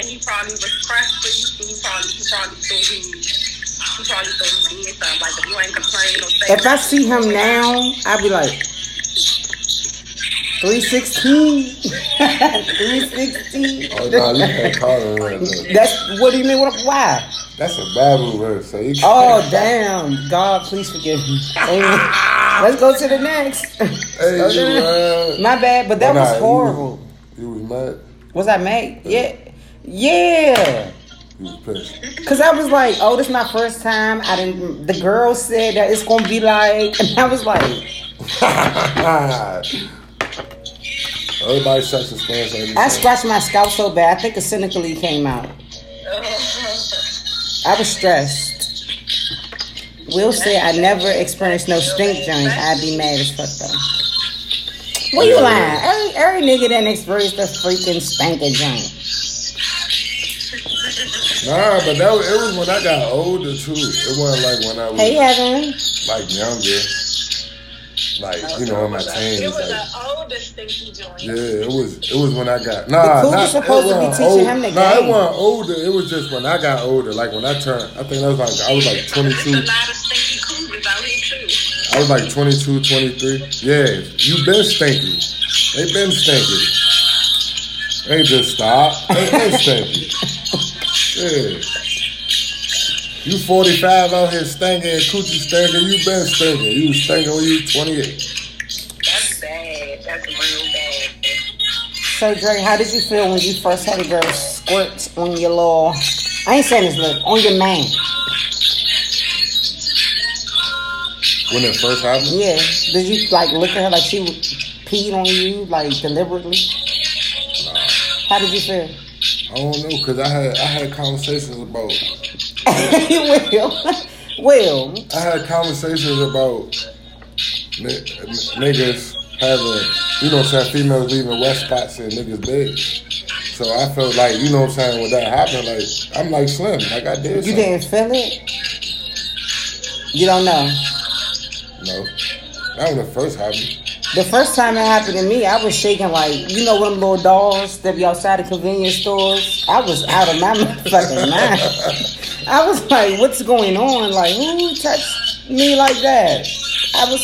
Speaker 3: and he probably was pressed for you. He probably, he probably thought he, he probably thought he did something. Like if you ain't complaining or say
Speaker 1: If I see him now, I'd be like 316. 316.
Speaker 2: oh, nah, you can't call him right there.
Speaker 1: That's what do you mean? What, why?
Speaker 2: That's a Bible verse. So you can't.
Speaker 1: Oh damn! God, please forgive me. Amen. Let's go to the next.
Speaker 2: hey, you mad?
Speaker 1: My bad, but that
Speaker 2: Nah,
Speaker 1: was
Speaker 2: you-
Speaker 1: horrible.
Speaker 2: You was mad.
Speaker 1: Was I mad? Yeah, yeah.
Speaker 2: You was pissed.
Speaker 1: Cause I was like, oh, this my first time. I didn't. The girl said that it's gonna be like, and I was like,
Speaker 2: Everybody sex experience. ain't the
Speaker 1: I
Speaker 2: same.
Speaker 1: scratched my scalp so bad. I think it cynically came out. I was stressed. Will said I never experienced no stink joint. I'd be mad as fuck though. What you lying? Every, every nigga done experienced a freaking stinking joint.
Speaker 2: Nah, but that was, it was when I got older too. It wasn't like when I was
Speaker 1: Hey Heaven,
Speaker 2: like younger. Like you know, in my teens.
Speaker 3: It was
Speaker 2: like,
Speaker 3: an older stinky joint.
Speaker 2: Yeah, it was. It was when I got nah.
Speaker 1: But who
Speaker 2: nah,
Speaker 1: was supposed
Speaker 2: it
Speaker 1: to be
Speaker 2: wasn't
Speaker 1: teaching
Speaker 2: old-
Speaker 1: him the
Speaker 2: nah,
Speaker 1: game?
Speaker 2: it wasn't older. It was just when I got older. Like when I turned, I think I was like I was like
Speaker 3: So there's
Speaker 2: 22.
Speaker 3: a lot of stinky cougars out here too.
Speaker 2: I was like 22, 23. Yeah, you been stinky. They been stinky. They just stop. They been stinky. Yeah. You 45 out here stinking and coochie stinking. You been stinking. You was stinking when you was 28.
Speaker 3: That's bad. That's real bad.
Speaker 1: so Dre, how did you feel when you first had a girl squirt on your little? I ain't saying this look on your man.
Speaker 2: When it first happened?
Speaker 1: Yeah. Did you like look at her like she peed on you like deliberately? How did you feel?
Speaker 2: I don't know, cause I had I had conversations about
Speaker 1: well, well,
Speaker 2: I had conversations about ni- n- niggas having, you know what I'm saying, females leaving wet spots in niggas' beds. So I felt like, you know what I'm saying, when that happened, like, I'm like Slim, like I did
Speaker 1: you
Speaker 2: something.
Speaker 1: didn't feel it. You don't know.
Speaker 2: No. That was the first happened.
Speaker 1: The first time it happened to me, I was shaking like you know them little dolls that be outside the convenience stores. I was out of my motherfucking mind. I was like, "What's going on? Like, who touched me like that?" I was.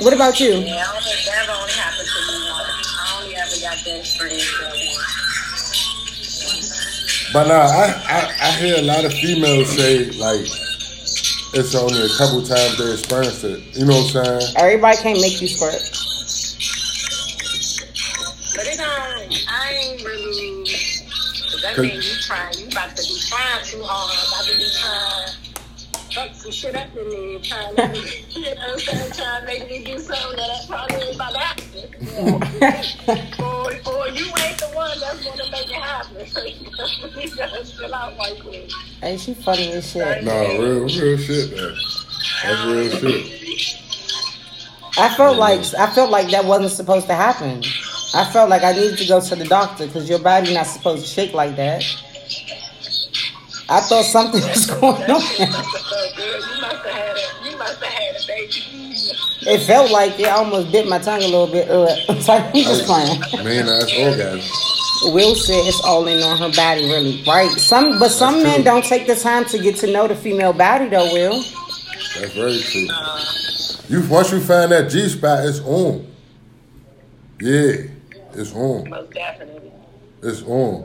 Speaker 1: What about you?
Speaker 3: Yeah, I only, that only happened to me once. I only ever got that experience that once.
Speaker 2: But nah, I, I, I hear a lot of females say, like, it's only a couple times they experienced it. You know what I'm saying?
Speaker 1: Everybody can't make you squirt.
Speaker 3: But it don't, I ain't really, cause that thing you trying, you about to be trying too hard, about to be trying, fuck some shit up in me, trying to, you know what I'm saying, trying to make me do something that I probably ain't about to happen. Or, or you ain't the one that's gonna make it happen, so you gotta chill out like this.
Speaker 1: hey, she funny as shit.
Speaker 2: Nah, real, real shit, man. That's real shit.
Speaker 1: I felt like I felt like that wasn't supposed to happen. I felt like I needed to go to the doctor because your body not supposed to shake like that. I thought something was going on.
Speaker 3: You must have had a, you must have had a baby.
Speaker 1: It felt like it I almost bit my tongue a little bit. Uh, Ugh. It's like we just playing.
Speaker 2: Man, that's orgasm.
Speaker 1: Will said it's all in on her body, really, right? Some, but some
Speaker 2: That's
Speaker 1: men
Speaker 2: true.
Speaker 1: don't take the time to get to know the female body, though. Will,
Speaker 2: That's very true. You once you find that G spot, it's on. Yeah, it's on.
Speaker 3: Most definitely.
Speaker 2: It's on.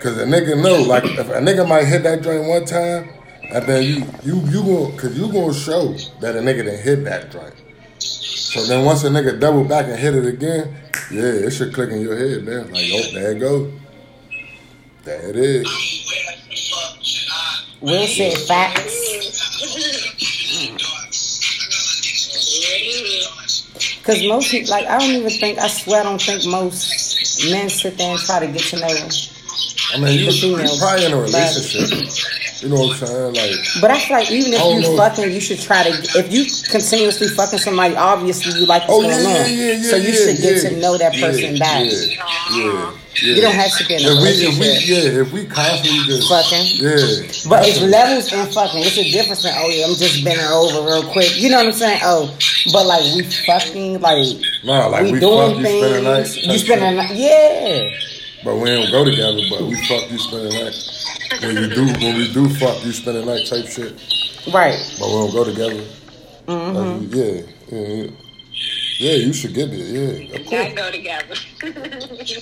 Speaker 2: Cause a nigga know, like if a nigga might hit that joint one time, and then you you you gon' cause you gonna show that a nigga done hit that joint. So then once a nigga double back and hit it again, yeah, it should click in your head, man. Like, oh, there it go. There it is.
Speaker 1: Will said facts. Cause most people, like, I don't even think. I swear, I don't think most men sit there and try to get to know. Them.
Speaker 2: I mean, you,
Speaker 1: But you
Speaker 2: you
Speaker 1: know,
Speaker 2: probably in a
Speaker 1: but-
Speaker 2: relationship. You know what I'm saying? Like,
Speaker 1: But I feel like even if
Speaker 2: I don't
Speaker 1: you
Speaker 2: know.
Speaker 1: fucking, you should try to. If you continuously fucking somebody, obviously you like what's
Speaker 2: Oh
Speaker 1: going
Speaker 2: yeah,
Speaker 1: on.
Speaker 2: yeah, yeah, yeah.
Speaker 1: so you
Speaker 2: yeah,
Speaker 1: should get
Speaker 2: yeah,
Speaker 1: to know that person
Speaker 2: yeah,
Speaker 1: back.
Speaker 2: Yeah, yeah, yeah.
Speaker 1: You don't have to be in a
Speaker 2: If we, if we,
Speaker 1: relationship.
Speaker 2: yeah, if we constantly just
Speaker 1: Fucking.
Speaker 2: yeah,
Speaker 1: But it's levels in fucking. It's a difference in oh yeah, I'm just bending over real quick. You know what I'm saying? Oh, but like we fucking like
Speaker 2: nah, like we,
Speaker 1: we,
Speaker 2: fuck
Speaker 1: doing
Speaker 2: you spend a night,
Speaker 1: things. You spend
Speaker 2: type
Speaker 1: a night,
Speaker 2: shit.
Speaker 1: yeah.
Speaker 2: but we don't go together. But we fuck you spend a night. When you do, when we do fuck you spend a night type shit,
Speaker 1: Right.
Speaker 2: but we don't go together.
Speaker 1: Mm-hmm.
Speaker 2: Like, we- yeah, yeah, yeah, yeah. You should get it. Yeah, of course.
Speaker 3: Y'all go together.
Speaker 1: You,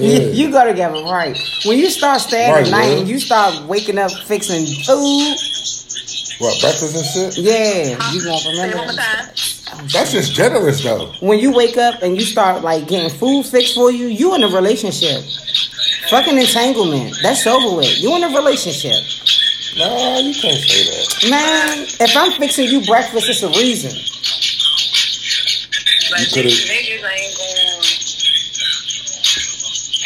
Speaker 2: Yeah.
Speaker 1: you go together, right? When you start staying
Speaker 2: Right,
Speaker 1: at night
Speaker 2: girl.
Speaker 1: and you start waking up fixing food,
Speaker 2: What breakfast and shit?
Speaker 1: yeah, you gonna
Speaker 3: Say it one more
Speaker 1: remember. that.
Speaker 3: time.
Speaker 2: That's just generous though.
Speaker 1: When you wake up and you start like getting food fixed for you, you in a relationship. Fucking entanglement. That's over with. You in a relationship.
Speaker 2: Nah, you can't say that.
Speaker 1: Man, if I'm fixing you breakfast, it's a reason.
Speaker 3: Like,
Speaker 2: You could've-
Speaker 3: niggas ain't going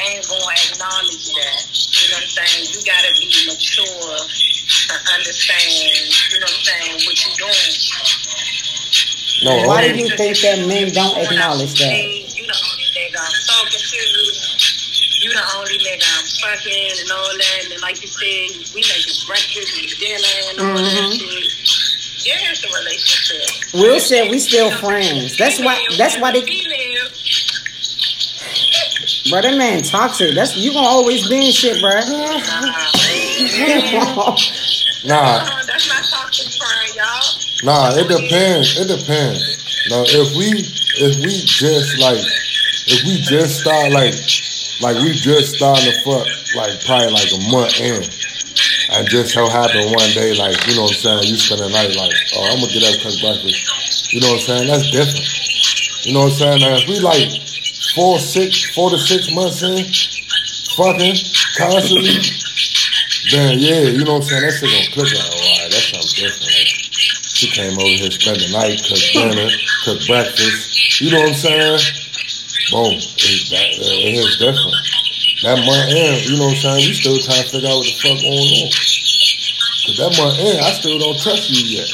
Speaker 3: ain't going to acknowledge that. You know what I'm saying? You gotta be mature to understand. You know what I'm saying? What you doing?
Speaker 2: No,
Speaker 1: Why
Speaker 2: only-
Speaker 1: do you think that men don't acknowledge that?
Speaker 3: You the only nigga I'm talking to. You the only nigga I'm fucking and all that. And like you said, we making breakfast and dinner and all that shit. Yeah, it's a relationship.
Speaker 1: Mm-hmm. Will said we still friends. That's why. That's why they.
Speaker 3: Female,
Speaker 1: Bro, that man toxic. That's you gonna always be in shit, bro.
Speaker 3: uh,
Speaker 2: Nah,
Speaker 3: uh, that's not toxic friend, y'all.
Speaker 2: Nah, it depends. It depends. Now, if we if we just like if we just start like like we just starting to fuck like probably like a month in, and just so happen one day like you know what I'm saying you spend the night like oh I'm gonna get up cause breakfast, you know what I'm saying that's different. You know what I'm saying? Now, if we like four six four to six months in, fucking constantly, then yeah, you know what I'm saying that shit gonna click like alright that's something different. Like, She came over here, spent the night, cooked dinner, cooked breakfast. You know what I'm saying? Boom. It's that, uh, it is different. That month in, you know what I'm saying? We still trying to figure out what the fuck going on. Cause that month in, I still don't trust you yet.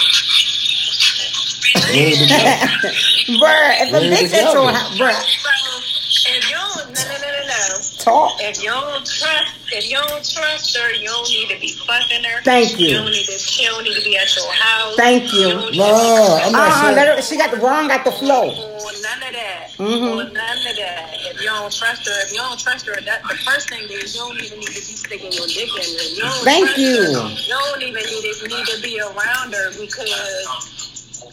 Speaker 2: We ain't together.
Speaker 1: Bruh, if a
Speaker 2: We ain't
Speaker 1: bitch at your
Speaker 2: together.
Speaker 1: house, bruh,
Speaker 3: So if you don't, no, no, no, no, no.
Speaker 1: talk.
Speaker 3: If you don't trust, if you don't trust her, you don't need to be fucking her.
Speaker 1: Thank you.
Speaker 3: You don't need to, she don't need to be at your house.
Speaker 1: Thank you.
Speaker 3: don't need
Speaker 2: Nah,
Speaker 3: to be
Speaker 2: I'm not
Speaker 1: Uh-uh,
Speaker 2: saying.
Speaker 1: let her, she got the wrong, got the flow. Mm-hmm.
Speaker 3: Or none of that. Or none of that. If you don't trust her, if you don't trust her, that the first thing is you don't even need to be sticking your dick in her. You don't
Speaker 1: Thank
Speaker 3: trust
Speaker 1: you.
Speaker 3: Her, you don't even need to, need to be around her because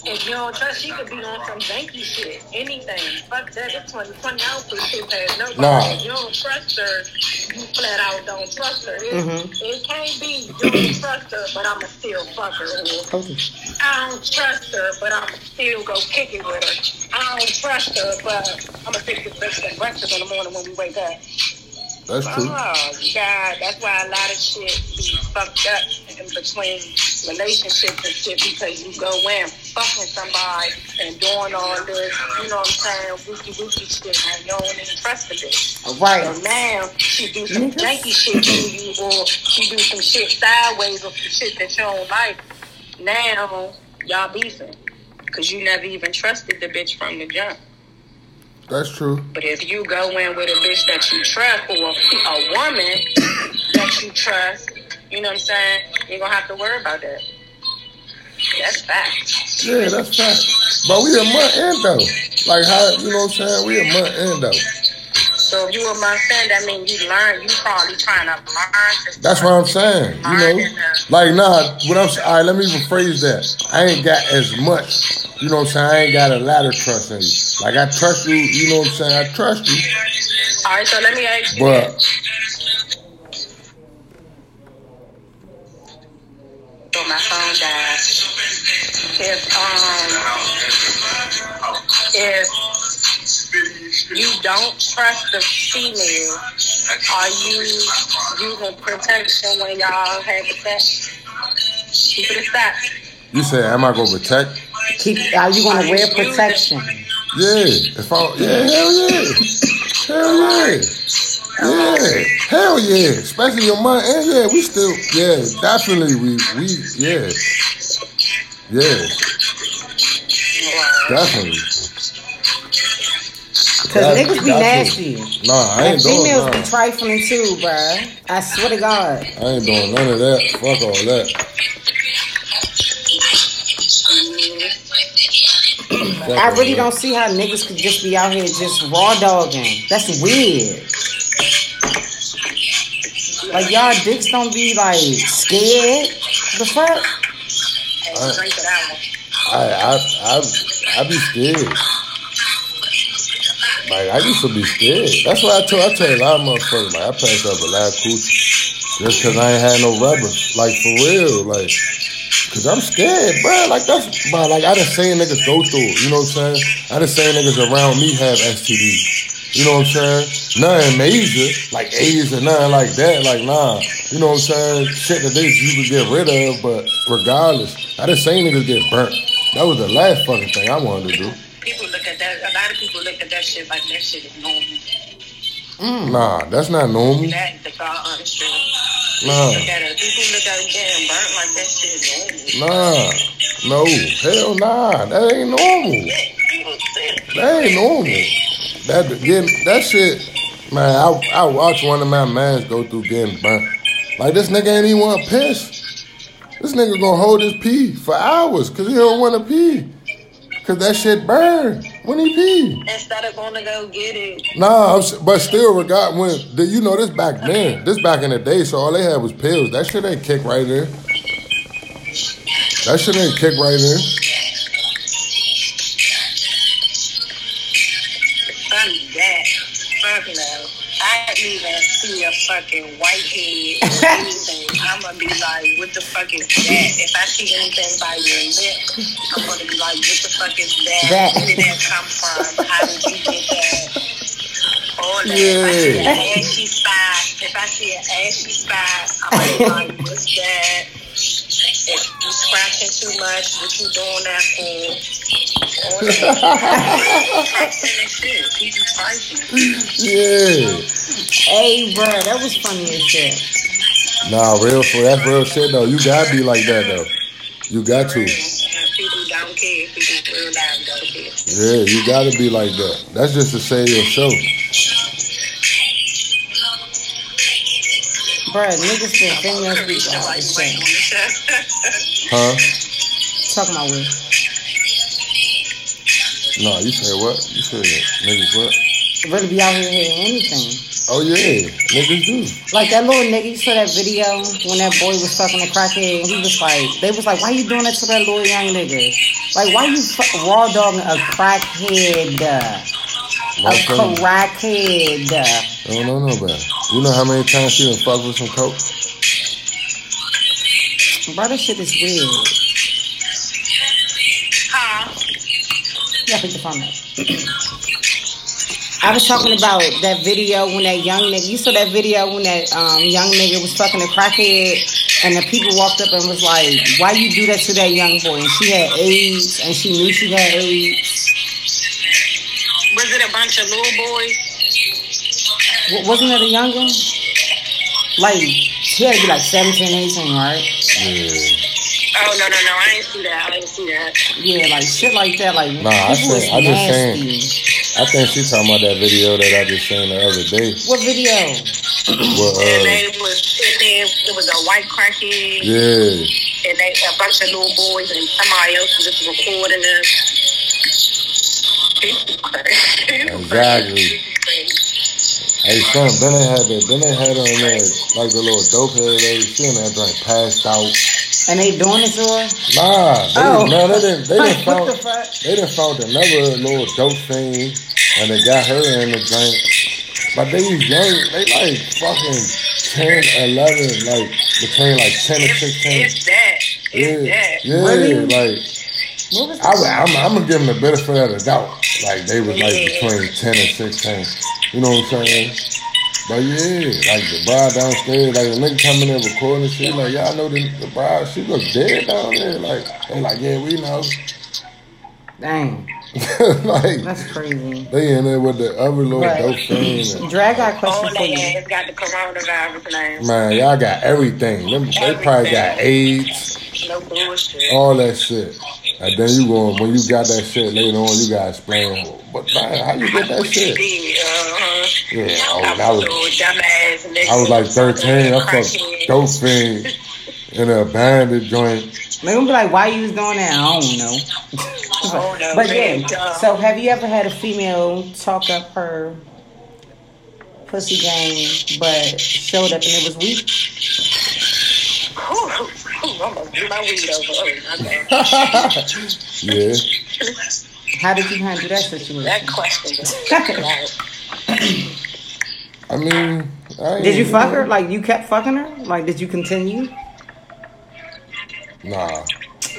Speaker 3: if you don't trust, she could be on some janky shit. Anything. Fuck that. It's 2020 out for shit has nobody.
Speaker 2: Nah.
Speaker 3: If you don't trust her, you flat out don't trust her. It,
Speaker 1: Mm-hmm.
Speaker 3: it can't be you don't trust her, but I'ma still fuck her. Or I don't trust her, but I'm still go kick it with her. I don't trust her, but I'm gonna fix this breakfast and breakfast in the morning when we wake up.
Speaker 2: That's
Speaker 3: Oh
Speaker 2: true.
Speaker 3: God, that's why a lot of shit be fucked up in between relationships and shit because you go in fucking somebody and doing all this, you know what I'm saying, wookie wookie shit, and you don't even trust the bitch.
Speaker 1: Right.
Speaker 3: So now she do some
Speaker 1: Niggas.
Speaker 3: janky shit to you, or she do some shit sideways or some shit that you don't like. Now y'all beefing because you never even trusted the bitch from the jump.
Speaker 2: That's true.
Speaker 3: But if you go in with a bitch that you trust or a, a woman that you trust, you know what I'm saying? You're gonna have to worry about that. That's facts.
Speaker 2: Yeah, that's fact. But we a month in though. Like how you know what I'm saying? We a month in though.
Speaker 3: So if you a month in, that means you learn. You probably trying to learn. To
Speaker 2: That's what I'm saying. You know, like nah. What I'm all right. Let me rephrase that. I ain't got as much. You know what I'm saying? I ain't got a lot of trust in you. Like I trust you. You know what I'm saying? I trust you,
Speaker 3: All right, so let me ask you.
Speaker 2: but
Speaker 3: So my phone died. If um if you don't trust the female, are you using protection when y'all have sex? Keep it a stack.
Speaker 2: you say, am I gonna protect?
Speaker 1: Keep, are you gonna wear protection?
Speaker 2: Yeah. If I yeah, hell yeah, hell yeah. Yeah, hell yeah, especially your money. And yeah, we still, yeah, definitely, we, we, yeah, yeah, definitely.
Speaker 1: Because niggas be nasty.
Speaker 2: Nah, I
Speaker 1: And
Speaker 2: ain't doing
Speaker 1: females
Speaker 2: none.
Speaker 1: be trifling too, bruh. I swear to God.
Speaker 2: I ain't doing none of that. Fuck all that. Fuck
Speaker 1: I
Speaker 2: all
Speaker 1: really
Speaker 2: that.
Speaker 1: don't see how niggas could just be out here just raw dogging. That's weird. Like y'all dicks don't be like scared. The fuck?
Speaker 3: And drink it out.
Speaker 2: I, I, I, I be scared. Like I used to be scared. That's why I told I tell a lot of motherfuckers. Like I passed up a lot of coochie just because I ain't had no rubber. Like for real. Like because I'm scared, bro. Like that's bro. Like I done seen niggas go through. it, You know what I'm saying? I done seen niggas around me have STDs. You know what I'm saying? Nothing major, like AIDS or nothing like that. Like nah. You know what I'm saying? Shit that they you could get rid of, but regardless, I done seen niggas get burnt. That was the last fucking thing I wanted to do.
Speaker 3: People look at that. A lot of people look at that shit like that shit is normal.
Speaker 2: Nah, that's not normal.
Speaker 3: That the God honest truth.
Speaker 2: Nah,
Speaker 3: Look at it. People look at it getting burnt like that shit is
Speaker 2: nah, no,
Speaker 3: normal.
Speaker 2: hell nah, that ain't normal. That ain't normal. That getting that shit, man. I I watched one of my mans go through getting burnt. Like this nigga ain't even want to piss. This nigga gonna hold his pee for hours cause he don't want to pee. Cause that shit burn when he pee.
Speaker 3: Instead of going to go get it,
Speaker 2: Nah, I'm, s- but still, regard when the, you know this back then, this back in the day, so all they had was pills. That shit ain't kick right there. That shit ain't kick right there.
Speaker 3: fuck that. Fuck no. I even see a fucking white head or anything. I'm gonna be like, what the fuck is that? If I see anything by your lip, I'm gonna be like, what the fuck is that?
Speaker 1: That.
Speaker 3: Where did that come from? How did you get that? All that.
Speaker 2: Yeah.
Speaker 3: If I see an ashy spot, if I see an ashy spot, I'm gonna be like, what's that? If you scratching too much, what you doing that for? All that. Shit, people pricey.
Speaker 2: Yeah.
Speaker 1: Hey, bro, that was funny as shit.
Speaker 2: Nah, real for that's real shit though. You gotta be like that though. You got to.
Speaker 3: And People don't care. People real life don't
Speaker 2: Yeah,
Speaker 3: care.
Speaker 2: you gotta be like that. That's just to save yourself.
Speaker 1: Bro, niggas been females be
Speaker 3: Encourage the
Speaker 1: wild
Speaker 3: right
Speaker 1: as
Speaker 3: way.
Speaker 1: shit.
Speaker 2: Huh?
Speaker 1: Talk my way.
Speaker 2: Nah, you say what? You say niggas what?
Speaker 1: Really be out here hearing anything.
Speaker 2: Oh yeah, niggas do.
Speaker 1: Like that little nigga, you saw that video when that boy was sucking the crackhead, and he was like, they was like, why you doing that to that little young nigga? Like, why you fu- raw dogging a crackhead, uh, a
Speaker 2: My friend-
Speaker 1: crackhead? uh?
Speaker 2: um, I don't know no better. You know how many times she done fucked with some coke?
Speaker 1: Bro, that shit is weird.
Speaker 3: Huh?
Speaker 1: Yeah, pick the phone up. I was talking about that video when that young nigga. You saw that video when that um, young nigga was fucking a crackhead, and the people walked up and was like, "Why you do that to that young boy?" And she had AIDS, and she knew she had AIDS.
Speaker 3: Was it a bunch of little boys?
Speaker 1: W- wasn't it a young one? Like she had to be like 17, 18, right?
Speaker 2: Yeah.
Speaker 3: Oh no no no! I ain't see that. I ain't see that.
Speaker 1: Yeah, like shit like that. Like
Speaker 2: Nah, I
Speaker 1: people
Speaker 2: said- I
Speaker 1: is
Speaker 2: just saying.
Speaker 1: nasty.
Speaker 2: I think she talking about that video that I just seen the other day.
Speaker 1: What video?
Speaker 3: And
Speaker 2: Well, uh,
Speaker 3: they was sitting there. It was a white crackhead.
Speaker 2: yeah.
Speaker 3: and they a bunch of little boys and somebody else was just recording us.
Speaker 2: Exactly. Hey, son, then they had that. Then they had on there like the little dope head lady. She in that joint passed out.
Speaker 1: And they doing it to her?
Speaker 2: Nah, they,
Speaker 1: Oh.
Speaker 2: no, they didn't. They didn't
Speaker 1: What
Speaker 2: found.
Speaker 1: the fuck?
Speaker 2: They done found another little dope thing, and they got her in the joint. But they was young. They like fucking 10, 11, like between like ten and
Speaker 3: If,
Speaker 2: sixteen.
Speaker 3: if that, if
Speaker 2: Yeah,
Speaker 3: that.
Speaker 2: yeah.
Speaker 1: Really?
Speaker 2: Like
Speaker 1: What was
Speaker 2: I, am I'm gonna give them the benefit of the doubt. Like they was like between ten and sixteen. You know what I'm saying? But yeah, like the bride downstairs, like the nigga coming in recording shit. Like y'all know the, the bride, she look dead down there. Like they like yeah, we know.
Speaker 1: Dang,
Speaker 2: like
Speaker 1: that's crazy.
Speaker 2: they in there with the other little
Speaker 1: Right.
Speaker 2: dope thing. and-
Speaker 1: Drag got a
Speaker 3: All
Speaker 1: question for you.
Speaker 3: they has got the coronavirus now.
Speaker 2: Man, y'all got everything. Them, they probably got AIDS,
Speaker 3: No bullshit.
Speaker 2: all that shit. And then you going when you got that shit later on, you gotta explain. But man, how you get that shit?
Speaker 3: Yeah, uh-huh.
Speaker 2: Yeah, oh,
Speaker 3: I was,
Speaker 2: that was-
Speaker 3: a little dumbass. nigga.
Speaker 2: I was like 13. I
Speaker 3: Crackhead.
Speaker 2: fucked dope fiend in a abandoned joint.
Speaker 1: They gonna be like, why you was doing that? I don't know.
Speaker 3: don't know,
Speaker 1: but
Speaker 3: Oh, man.
Speaker 1: yeah. So have you ever had a female talk up her pussy game, but showed up and it was weak?
Speaker 3: Whew, I'm gonna do my weed over. Oh, my bad.
Speaker 2: Yeah.
Speaker 1: How did you handle that situation?
Speaker 3: That question. was-
Speaker 2: I mean, I ain't-
Speaker 1: Did you fuck her? Like you kept fucking her? Like did you continue?
Speaker 2: Nah.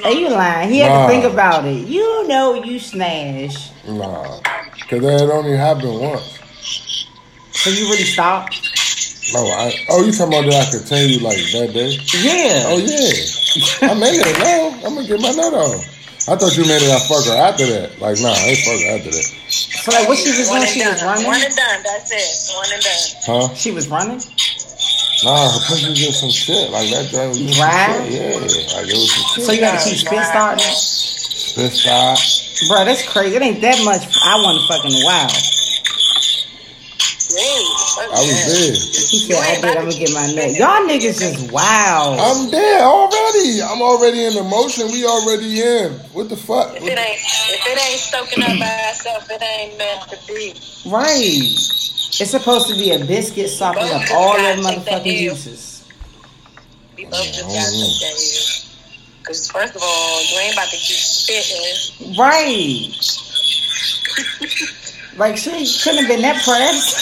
Speaker 1: Are you lying? He had
Speaker 2: Nah.
Speaker 1: to think about it. You know you snatch.
Speaker 2: Nah. Because that only happened once.
Speaker 1: So you really stopped?
Speaker 2: No, I. Oh, you talking about that I continue like that day?
Speaker 1: Yeah.
Speaker 2: Oh, yeah. I made it. No, I'm going to get my nut on. I thought you made it. I fuck her after that. Like, nah, I ain't fuck her after that.
Speaker 1: So like what she was doing?
Speaker 3: One and
Speaker 1: She was
Speaker 3: done. One
Speaker 1: running?
Speaker 3: and done. That's it. One and done.
Speaker 2: Huh?
Speaker 1: She was running?
Speaker 2: Nah, her pussy was just some shit. Like, that joint was just some
Speaker 1: Right.
Speaker 2: shit. Yeah. Like, it was some shit.
Speaker 1: So you gotta keep spin starting?
Speaker 2: This side.
Speaker 1: Bro, that's crazy. It ain't that much. I want to fucking wow.
Speaker 2: I was there.
Speaker 1: He said, I did. I'm gonna get my nut. Y'all niggas just wow.
Speaker 2: I'm there already. I'm already in the motion. We already in. What the fuck?
Speaker 3: If it ain't if it ain't soaking up by itself, it ain't meant to be.
Speaker 1: Right. It's supposed to be a biscuit soaking up all that motherfucking juices.
Speaker 3: We both just got to Because first of all, you ain't about to keep spitting.
Speaker 1: Right. Like, she couldn't have been that pressed.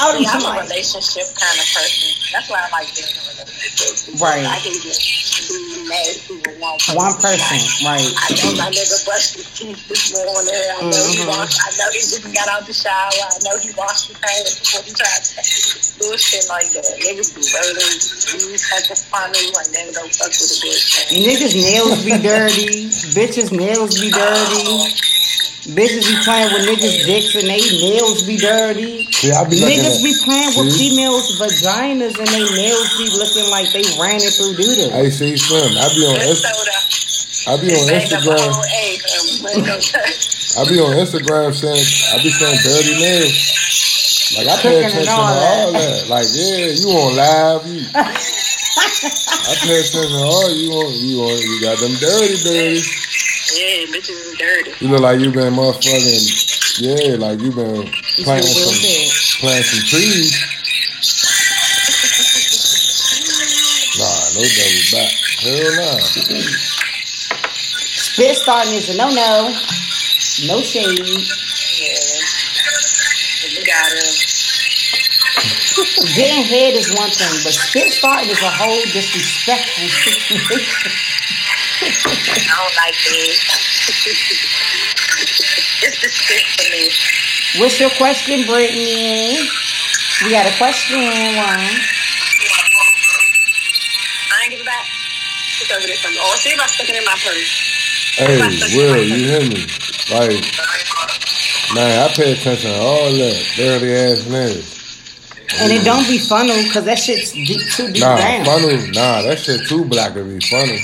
Speaker 1: I would
Speaker 3: See,
Speaker 1: have
Speaker 3: I'm a
Speaker 1: oh, like,
Speaker 3: relationship kind of person. That's why I like being in a relationship. relationships. because
Speaker 1: Right.
Speaker 3: I can just be nasty with one person.
Speaker 1: One person, right.
Speaker 3: I know my nigga brushed his teeth this morning. I know he washed. I know he just got out the shower. I know he washed his hands before he tried to do shit like that. Niggas be raiding. You such a funny one. Then go fuck with a bitch.
Speaker 1: Niggas nails be dirty. Bitches nails be dirty. Bitches be playing with niggas dicks and they nails be dirty.
Speaker 2: See, I be looking
Speaker 1: Niggas
Speaker 2: at-
Speaker 1: be playing with
Speaker 2: See?
Speaker 1: females' vaginas and they nails be looking like they ran it through doo
Speaker 2: Hey, see, Slim, I be on
Speaker 3: Let's
Speaker 2: Inst-
Speaker 3: soda.
Speaker 2: I be on Instagram.
Speaker 3: um,
Speaker 2: I be on Instagram saying I be saying dirty nails. Like I
Speaker 1: Cooking and
Speaker 2: pay attention to
Speaker 1: all
Speaker 2: all
Speaker 1: that.
Speaker 2: that. Like yeah, you on live. You. I pay attention to all you on. You on. You got them dirty dirty.
Speaker 3: Yeah, bitches is dirty.
Speaker 2: You look like you been motherfucking. Yeah, like you been planting
Speaker 1: what Will
Speaker 2: some planting some trees. Nah, no double back. Hell nah.
Speaker 1: Spit starting is a no no. No shade.
Speaker 3: Yeah. You gotta.
Speaker 1: Getting head is one thing, but spit starting is a whole disrespectful situation.
Speaker 3: I don't like it. it's the spit for me.
Speaker 1: What's your question, Brittany? We got a question, one.
Speaker 3: I ain't give it back. It's over there from. Oh, see if I stuck it in my purse.
Speaker 2: Hey, Will, you hear me? Like. Man, I pay attention to all that dirty ass niggas.
Speaker 1: And it don't be funnel because that shit's deep, too deep
Speaker 2: Nah,
Speaker 1: down.
Speaker 2: funnel, nah, that shit too black to be funny.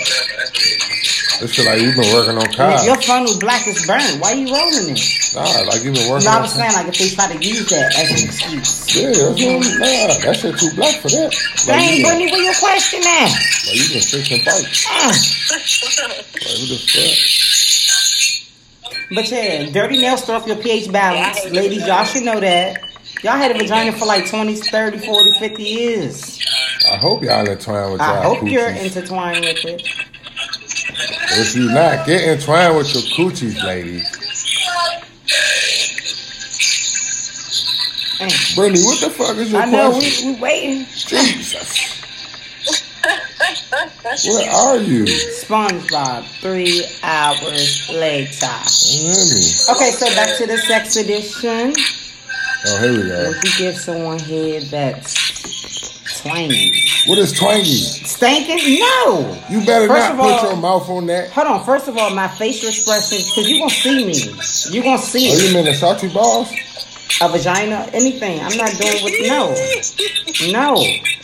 Speaker 2: This shit like you been working on
Speaker 1: And if your
Speaker 2: cars.
Speaker 1: funnel black is burned, why you rolling it?
Speaker 2: Nah, like you been
Speaker 1: You
Speaker 2: working
Speaker 1: know what
Speaker 2: on
Speaker 1: I'm saying? Like if they try to use that as an excuse.
Speaker 2: Yeah, that's what I'm- nah, that shit too black for that. Like
Speaker 1: Dang,
Speaker 2: you been,
Speaker 1: Brittany, where your question at?
Speaker 2: like you been fixing bikes.
Speaker 1: Ah.
Speaker 2: Like who the fuck?
Speaker 1: But yeah, dirty nails throw off your pH balance. Ladies, y'all should know that. Y'all had a vagina for like 20, 30, 40, 50 years.
Speaker 2: I hope y'all entwined with y'all
Speaker 1: I hope you're
Speaker 2: coochies.
Speaker 1: intertwined with it.
Speaker 2: if you not, get entwined with your coochies, ladies.
Speaker 1: Eh,
Speaker 2: Brittany, what the fuck is your
Speaker 1: I know
Speaker 2: question?
Speaker 1: we, we waiting.
Speaker 2: Jesus. Where are you?
Speaker 1: SpongeBob, three hours later.
Speaker 2: You hear me?
Speaker 1: Okay, so back to the sex edition.
Speaker 2: Oh, here we go.
Speaker 1: If you give someone head that's twangy,
Speaker 2: What is twangy?
Speaker 1: stinking? No.
Speaker 2: You better
Speaker 1: First
Speaker 2: not
Speaker 1: of
Speaker 2: put
Speaker 1: all-
Speaker 2: your mouth on that.
Speaker 1: Hold on. First of all, my facial expressions, because you gonna see me. You gonna see
Speaker 2: Oh, you
Speaker 1: it.
Speaker 2: mean the salty balls?
Speaker 1: a vagina, anything. I'm not doing with no, no.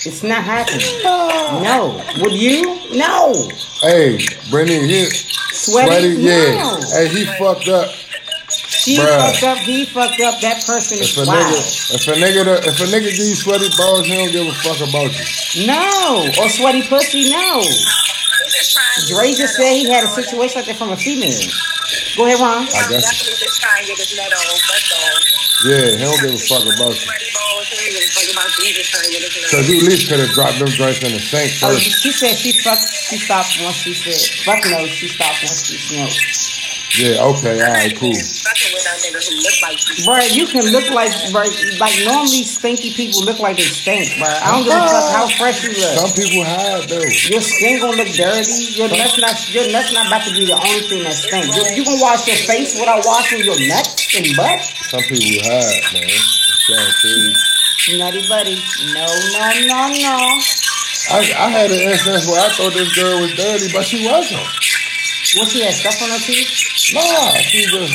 Speaker 1: It's not happening. No. Would you? No.
Speaker 2: Hey, Brittany, he
Speaker 1: Sweaty?
Speaker 2: yeah.
Speaker 1: No.
Speaker 2: Hey, he fucked up.
Speaker 1: She
Speaker 2: Bruh.
Speaker 1: fucked up. He fucked up. That person
Speaker 2: If
Speaker 1: is
Speaker 2: a
Speaker 1: wild.
Speaker 2: nigga, if a nigga, da- if a nigga give you sweaty balls, he don't give a fuck about you.
Speaker 1: No. Or sweaty pussy. No. Dre just said he had a situation like that from a female. Go ahead, Ron.
Speaker 2: I
Speaker 3: I'm
Speaker 2: guess.
Speaker 3: definitely just trying to get his net on. That's all.
Speaker 2: Yeah, he don't give a fuck about you.
Speaker 3: Sweaty balls, he ain't gonna fuck about you. He just trying to get his
Speaker 2: So
Speaker 3: net on.
Speaker 2: you at least could have dropped them joints in the sink
Speaker 1: Oh,
Speaker 2: first.
Speaker 1: she said she fucked. She stopped once she said fuck no. She stopped once she smoked.
Speaker 2: Yeah, okay, all right, cool.
Speaker 3: Fucking with that nigga who look like you.
Speaker 1: Bruh, you can look like bruh, like normally stinky people look like they stink, bruh. I don't give a fuck how fresh you look.
Speaker 2: Some people hide though.
Speaker 1: Your skin gonna look dirty. Your nuts not your nuts not about to be the only thing that stinks. You, you gonna wash your face without washing your nuts and butt?
Speaker 2: Some people hide, man. It's so crazy.
Speaker 1: Nutty buddy. No, no, no, no.
Speaker 2: I, I had an instance where I thought this girl was dirty, but she wasn't.
Speaker 1: What she had stuff on her teeth?
Speaker 2: Nah, she just.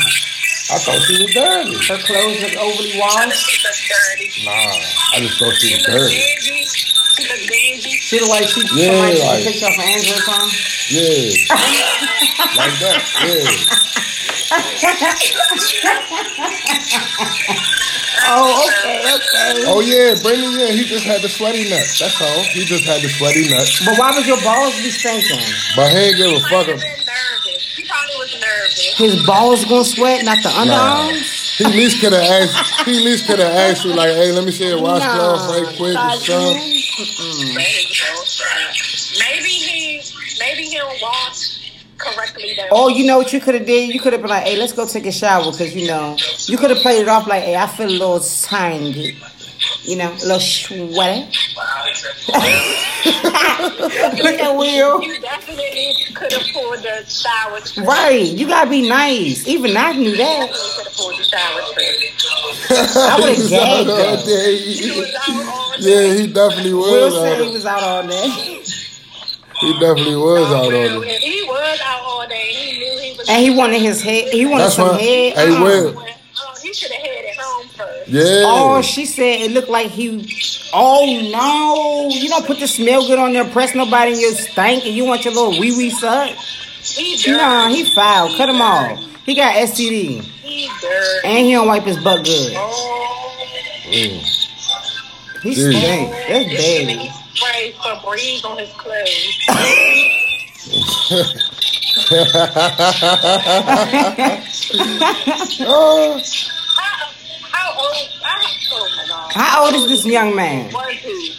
Speaker 2: I thought she was dirty.
Speaker 1: Her clothes look overly
Speaker 3: I
Speaker 1: washed.
Speaker 3: just think that's dirty.
Speaker 2: Nah, I just thought she
Speaker 3: She
Speaker 2: was
Speaker 3: look
Speaker 2: dirty.
Speaker 3: dingy. She look dingy.
Speaker 1: She look like she
Speaker 2: Yeah,
Speaker 1: somebody took
Speaker 2: like-
Speaker 1: a picture of her Android phone.
Speaker 2: Yeah. like that.
Speaker 1: Oh, okay, okay.
Speaker 2: Yeah. Oh yeah, Brendan. Yeah, he just had the sweaty nuts. That's all. He just had the sweaty nuts.
Speaker 1: But why would your balls be stinking?
Speaker 2: But he ain't give a
Speaker 3: She
Speaker 2: fuck.
Speaker 3: probably
Speaker 2: Him.
Speaker 3: been nervous. She probably was nervous.
Speaker 1: His balls gonna sweat, not the
Speaker 2: Nah.
Speaker 1: underarms?
Speaker 2: He at least could have asked. He at least could have asked you like, "Hey, let me see your washcloth
Speaker 1: Nah,
Speaker 2: right quick or
Speaker 1: dog,
Speaker 2: something."
Speaker 1: man.
Speaker 3: Maybe he, maybe he don't wash correctly though.
Speaker 1: Oh, you know what you could have did? You could have been like, "Hey, let's go take a shower," because you know you could have played it off like, "Hey, I feel a little tangy, you know, a little sweaty." Look at Will.
Speaker 3: You definitely could have pulled the shower trick.
Speaker 1: Right, you gotta be nice. Even I knew that.
Speaker 3: Definitely could have pulled the shower trick.
Speaker 2: I
Speaker 1: would've gagged him.
Speaker 2: Yeah, he definitely
Speaker 1: Will
Speaker 2: was
Speaker 1: said he
Speaker 2: out.
Speaker 1: was out all day,
Speaker 2: He definitely was
Speaker 3: Oh,
Speaker 2: out
Speaker 3: Will,
Speaker 2: on it.
Speaker 3: if he was out all day. He knew he was.
Speaker 1: and he wanted his head. He wanted
Speaker 2: That's
Speaker 1: some
Speaker 2: why-
Speaker 1: head.
Speaker 2: Hey,
Speaker 1: Uh-uh.
Speaker 2: Will.
Speaker 3: Oh, he should have had it home first.
Speaker 2: Yeah.
Speaker 1: Oh, she said it looked like he. Oh no! You don't put the smell good on there. Press nobody in your stank, and you want your little wee wee sucked.
Speaker 3: He dirty.
Speaker 1: Nah, he foul. Cut him off. He got STD,
Speaker 3: He dirty.
Speaker 1: and he don't wipe his butt good.
Speaker 3: Oh,
Speaker 2: Mm.
Speaker 1: He
Speaker 2: Dude.
Speaker 1: stink. That's
Speaker 3: He
Speaker 1: bad.
Speaker 3: sprayed Febreze on his clothes.
Speaker 2: Oh,
Speaker 3: How, how old? I, oh my God.
Speaker 1: How old is this young man?
Speaker 3: Was he?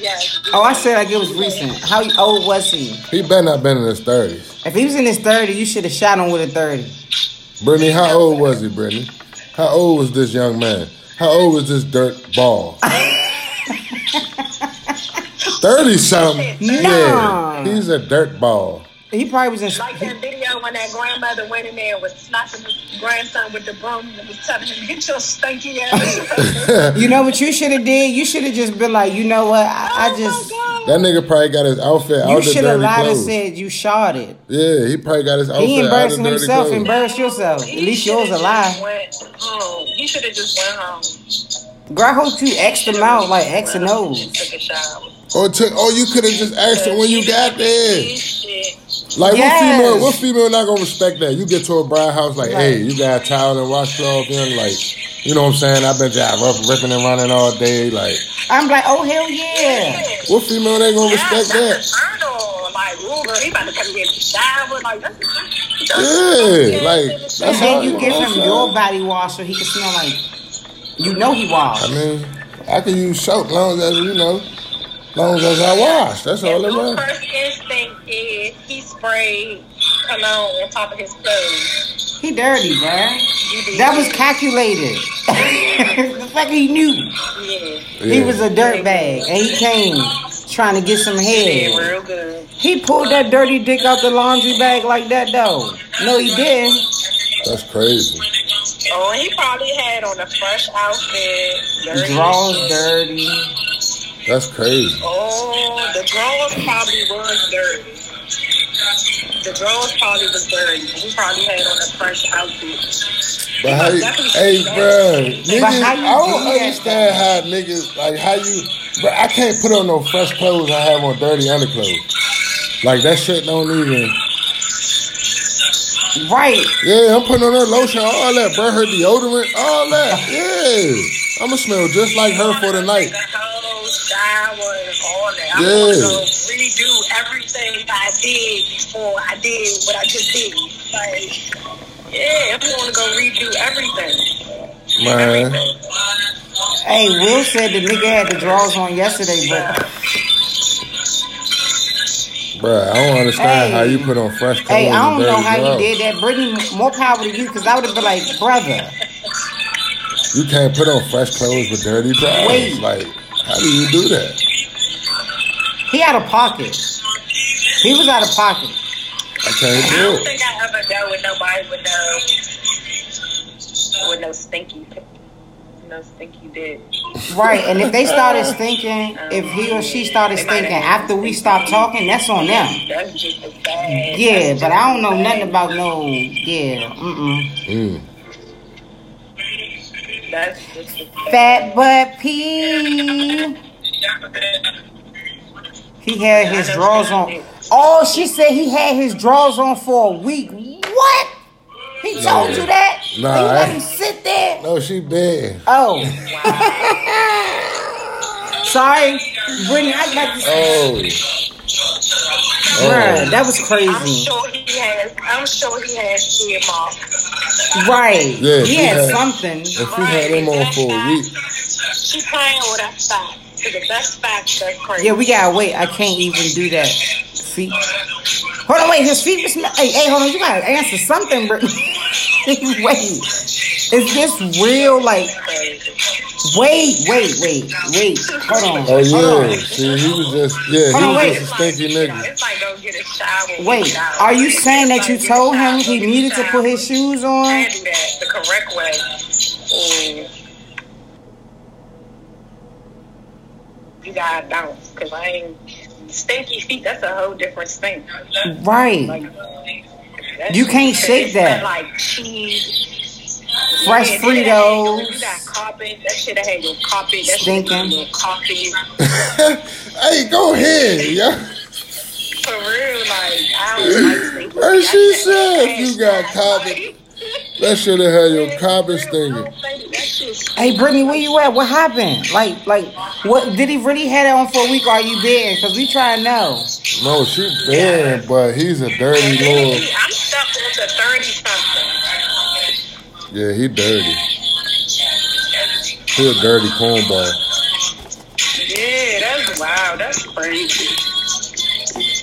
Speaker 3: Yes.
Speaker 1: Oh, I said like it was recent. How old was he?
Speaker 2: he better not been in his thirties.
Speaker 1: If he was in his thirty, you should have shot him with a thirty.
Speaker 2: Brittany, how old was he, Brittany? How old was this young man? How old was this dirt ball? Thirty something. Yeah,
Speaker 1: Nah.
Speaker 2: he's a dirt ball.
Speaker 1: He probably was in.
Speaker 3: Like that video when that grandmother went in there and was slapping his grandson with the broom and was telling him, "Get your stinky ass."
Speaker 1: You know what you should have did? You should have just been like, you know what? I, I
Speaker 3: Oh,
Speaker 1: just.
Speaker 3: my God.
Speaker 2: That nigga probably got his outfit out
Speaker 1: You
Speaker 2: of dirty
Speaker 1: should have lied and
Speaker 2: clothes.
Speaker 1: said you shot it.
Speaker 2: yeah, he probably got his outfit
Speaker 1: He
Speaker 2: out of
Speaker 1: embarrassing
Speaker 2: dirty
Speaker 1: himself.
Speaker 2: clothes.
Speaker 1: Embarrass yourself. At least
Speaker 3: He
Speaker 1: yours a
Speaker 3: shoulda
Speaker 1: lie.
Speaker 3: just went home. He should have just went home.
Speaker 1: Girl, I hope you X them out like X and O's.
Speaker 3: Took a shower.
Speaker 2: Or took, oh, you could have just asked him when you got there.
Speaker 3: He shit.
Speaker 2: Like
Speaker 1: Yes.
Speaker 2: what female? What female not gonna respect that? You get to a bride house, like, hey, you got a towel and washcloth in, like, you know what I'm saying? I bet y'all rough, ripping and running all day. Like,
Speaker 1: I'm like, oh hell yeah.
Speaker 2: what female they gonna
Speaker 3: Yeah,
Speaker 2: respect that?
Speaker 3: that's a turn on. Like, ooh, girl, he about to come get the shower. Like, that's, that's,
Speaker 2: Yeah, like
Speaker 1: And
Speaker 2: that's how
Speaker 1: then you
Speaker 2: it
Speaker 1: give
Speaker 2: goes,
Speaker 1: him
Speaker 2: man.
Speaker 1: your body wash so he can smell like. You know he
Speaker 2: I
Speaker 1: washed.
Speaker 2: mean, I can use soap long as you know, long as I wash. That's all it
Speaker 3: His
Speaker 2: was.
Speaker 3: first instinct is he sprayed cologne on top of his clothes.
Speaker 1: He dirty, bruh.
Speaker 3: You did.
Speaker 1: That was calculated. the fact he knew.
Speaker 3: yeah.
Speaker 1: He
Speaker 2: Yeah.
Speaker 1: was a dirtbag and he came trying to get some
Speaker 3: Did
Speaker 1: head.
Speaker 3: real good.
Speaker 1: He pulled that dirty dick out the laundry bag like that though. No, he didn't.
Speaker 2: That's crazy.
Speaker 3: Oh, and he probably had on a fresh outfit.
Speaker 1: The
Speaker 3: Dirty
Speaker 1: drawers
Speaker 3: shit.
Speaker 1: dirty.
Speaker 2: That's crazy.
Speaker 3: Oh, the drawers probably was dirty. The drawers probably was dirty. He probably had on a fresh outfit.
Speaker 2: But how you, hey, bro, niggas,
Speaker 1: But how
Speaker 2: I
Speaker 1: you
Speaker 2: don't
Speaker 1: do that,
Speaker 2: understand how niggas like how you, bro. I can't put on no fresh clothes. I have on dirty underclothes. Like that shit don't even.
Speaker 1: Right.
Speaker 2: Yeah, I'm putting on her lotion, all that, bro. Her deodorant, all that. Yeah, I'ma smell just like her for the night.
Speaker 3: The whole shower and all that. I'm
Speaker 2: Yeah.
Speaker 3: gonna redo everything I did before I did what I just did. Like, yeah, I'm gonna go redo everything.
Speaker 2: Man,
Speaker 1: Hey, Will said the nigga had the drawers on yesterday, but
Speaker 2: bro, I don't understand
Speaker 1: Hey.
Speaker 2: how you put on fresh clothes.
Speaker 1: hey, I don't
Speaker 2: and dirty
Speaker 1: know how you
Speaker 2: drawers.
Speaker 1: did that. Brittany, more power to you, because I would have been like, brother,
Speaker 2: You can't put on fresh clothes with dirty drawers.
Speaker 1: Wait.
Speaker 2: Like, how do you do that?
Speaker 1: he out of pocket. He was out of pocket.
Speaker 2: I can't
Speaker 3: I
Speaker 2: do
Speaker 3: don't
Speaker 2: it.
Speaker 3: think I ever dealt with nobody with no with no stinky no stinky dick.
Speaker 1: Right, and if they started stinking, if he or she started stinking after we stopped talking, that's on them.
Speaker 3: That's just as bad.
Speaker 1: Yeah, but I don't know nothing about no. Yeah, mm-mm.
Speaker 2: Mm.
Speaker 3: That's just as bad.
Speaker 1: Fat butt pee. He had his drawers on. Oh, she said he had his drawers on for a week. What? He told you that?
Speaker 2: Nah,
Speaker 1: And you let
Speaker 2: I-
Speaker 1: him sit there?
Speaker 2: No, she bad.
Speaker 1: Oh. Sorry, Brittany. I got this.
Speaker 2: Oh.
Speaker 1: Bruh, that was
Speaker 3: I'm
Speaker 1: crazy.
Speaker 3: sure he has. I'm sure he has earmarks.
Speaker 1: Right.
Speaker 2: Yeah,
Speaker 1: he
Speaker 2: she
Speaker 1: had,
Speaker 2: had-
Speaker 1: something.
Speaker 2: If we had him on for a week,
Speaker 3: She's playing with us back. To the best facts, that's crazy.
Speaker 1: Yeah, we gotta wait. I can't even do that. Feet. Hold on, wait. His feet was. smell- Hey, hey, hold on. You gotta answer something, Brittany. wait. Is this real? Like,
Speaker 3: Crazy.
Speaker 1: Wait, wait, wait, wait. Hold on.
Speaker 2: Oh
Speaker 1: Hold
Speaker 2: yeah,
Speaker 1: on.
Speaker 2: see, he was just yeah,
Speaker 1: Hold on,
Speaker 2: he was
Speaker 1: wait.
Speaker 2: just a stinky nigga.
Speaker 3: Oh, It's like go get a shower. when
Speaker 1: Wait,
Speaker 3: you out.
Speaker 1: are you saying
Speaker 3: It's
Speaker 1: that you
Speaker 3: like, get a
Speaker 1: told him
Speaker 3: shower,
Speaker 1: he
Speaker 3: get a
Speaker 1: needed to
Speaker 3: shower.
Speaker 1: put his shoes on?
Speaker 3: I do that the correct way. And you gotta bounce because I ain't stinky feet. That's a whole different stink.
Speaker 1: Right.
Speaker 3: Like, that's-
Speaker 1: Mm. You can't shake
Speaker 3: it's not
Speaker 1: that.
Speaker 3: Like cheese,
Speaker 1: Fresh
Speaker 3: Yeah, that shit had your-
Speaker 1: Fritos.
Speaker 3: You got carpet. That shit had your carpet. That shit
Speaker 1: Stinking.
Speaker 3: had your coffee.
Speaker 2: hey, go ahead, yo.
Speaker 3: For real, like I don't like stinky.
Speaker 2: Hey,
Speaker 3: feet.
Speaker 2: she
Speaker 3: That shit
Speaker 2: said
Speaker 3: had
Speaker 2: you got
Speaker 3: that,
Speaker 2: carpet.
Speaker 3: like,
Speaker 2: That should have had your
Speaker 3: I
Speaker 2: carbon stinging.
Speaker 3: don't think that shit-
Speaker 1: Hey Brittany, where you at? What happened? Like, like, what did he really had it on for a week? Or are you bidding? Cause we try to know.
Speaker 2: No, she bad, but he's a dirty little.
Speaker 3: I'm stuck with the 30 something.
Speaker 2: Yeah, he dirty. He a dirty cornball.
Speaker 3: Yeah, that's wow. That's crazy.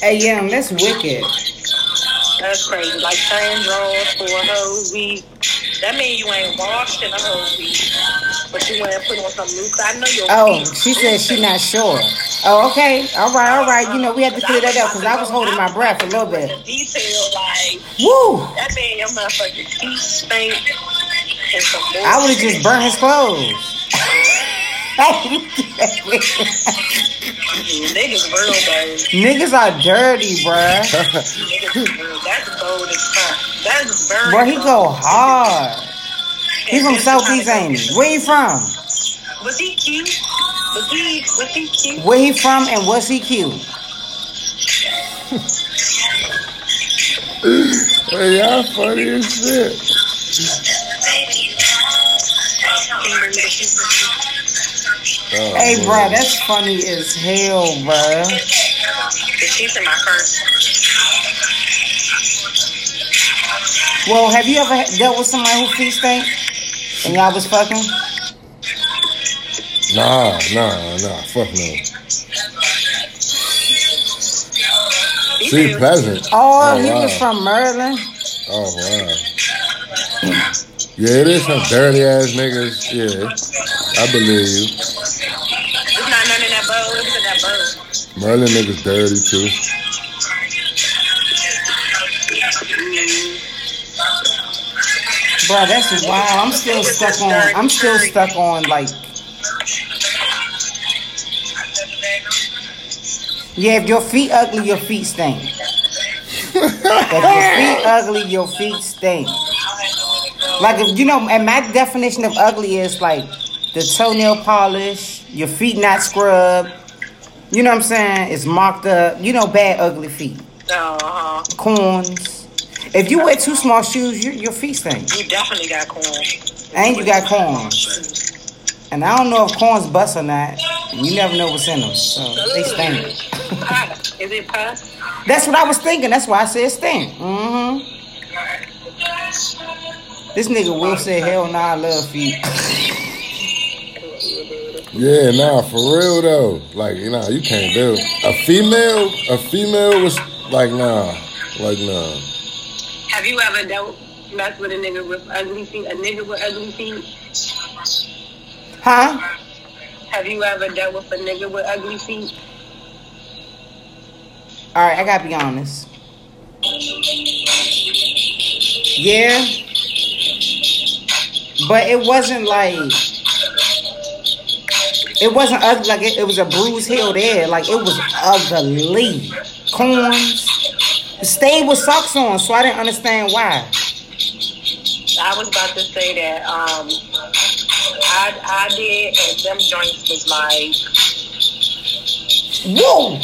Speaker 1: Hey, yeah, that's wicked.
Speaker 3: That's crazy. Like train rolls for a whole week. That means you ain't washed in a whole week. But you ain't put on some loose. I know your
Speaker 1: Oh,
Speaker 3: feet.
Speaker 1: she said she not sure. Oh, okay. All right, all right. You know, we had to clear that up because I was holding my breath a little bit.
Speaker 3: The detail, like
Speaker 1: Woo!
Speaker 3: that man, your motherfucking feet stink. And some
Speaker 1: I would have just burnt his clothes.
Speaker 3: Niggas real, babe.
Speaker 1: Niggas are dirty, bruh.
Speaker 3: Niggas real. That's bold as fuck. That's very
Speaker 1: Bro, he go
Speaker 3: bold.
Speaker 1: hard. He from Southeast, ain't he? Where he from?
Speaker 3: Was he cute? Was he was he cute?
Speaker 1: Where he from and was he cute?
Speaker 2: Hey, y'all funny as shit. Oh,
Speaker 1: Hey,
Speaker 2: man.
Speaker 1: bruh, that's funny as hell, bruh.
Speaker 3: She's in my first.
Speaker 1: Well, have you ever dealt with somebody who feet stink? And y'all was fucking?
Speaker 2: Nah, nah, nah. Fuck no. She pleasant.
Speaker 1: Oh, he
Speaker 2: wow.
Speaker 1: was from Maryland.
Speaker 2: Oh wow. Yeah, it is some dirty ass niggas. Yeah, I believe you.
Speaker 3: It's not none in that bowl. It's in that bowl.
Speaker 2: Merlin niggas dirty too.
Speaker 1: Bruh, that's wild. I'm still stuck on, I'm still stuck on, like, yeah, if your feet ugly, your feet stink. If your feet ugly, your feet stink. Like if you know, and my definition of ugly is like the toenail polish, your feet not scrubbed. You know what I'm saying? It's marked up. You know, bad ugly feet,
Speaker 3: Uh huh.
Speaker 1: corns. If you wear two small shoes, your your feet stink,
Speaker 3: You definitely got corn.
Speaker 1: and you got corns. And I don't know if corns bust or not. You never know what's in them, so they stink.
Speaker 3: Pus. Is it pus?
Speaker 1: That's what I was thinking. That's why I said stink. Mm-hmm. This nigga Will said, "Hell nah, I love feet."
Speaker 2: Yeah, nah, for real though. Like, you know, you can't do it. a female. A female was like, nah, like nah.
Speaker 3: Have you ever dealt mess with a nigga with ugly feet? A nigga with ugly feet?
Speaker 1: Huh?
Speaker 3: Have you ever dealt with a nigga with ugly feet?
Speaker 1: All right, I gotta be honest. Yeah, but it wasn't like it wasn't ugly. Like it, it was a bruised heel there. Like it was ugly. Corns. Stayed with socks on, so I didn't understand why.
Speaker 3: I was about to say that um, I I did, and them joints was like
Speaker 1: Whoa!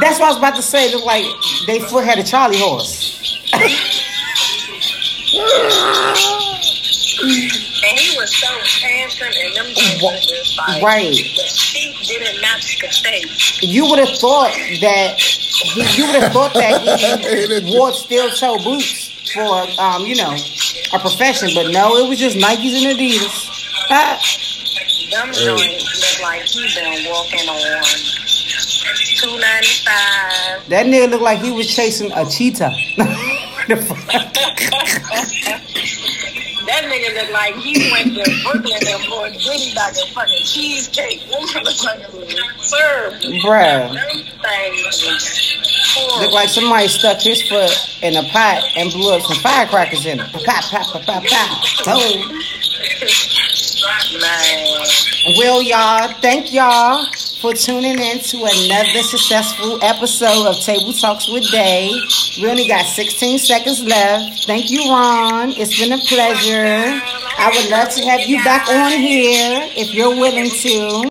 Speaker 1: That's what I was about to say. Look like they foot had a Charlie horse.
Speaker 3: And he was so handsome, and them dudes
Speaker 1: Wha-
Speaker 3: was just like,
Speaker 1: right.
Speaker 3: The feet didn't match the face.
Speaker 1: You would have thought that he, you would have thought that he wore steel toe boots for um, you know, a profession, but no, it was just Nikes and Adidas. Ah,
Speaker 3: Them joints looked like he been walking on two ninety five.
Speaker 1: that nigga looked like he was chasing a cheetah. The fuck?
Speaker 3: That nigga nigga look like he went to Brooklyn and bought Diddy like a fucking cheesecake. This motherfucker was served.
Speaker 1: Bruh.
Speaker 3: Everything.
Speaker 1: Look like somebody stuck his foot in a pot and blew up some firecrackers in it. Pop, pop, pop, pop, pop. Boom.
Speaker 3: Man.
Speaker 1: Well, y'all, thank y'all for tuning in to another successful episode of Table Talks with Day. We only got 16 seconds left. Thank you, Ron. It's been a pleasure. I would love to have you back on here if you're willing to.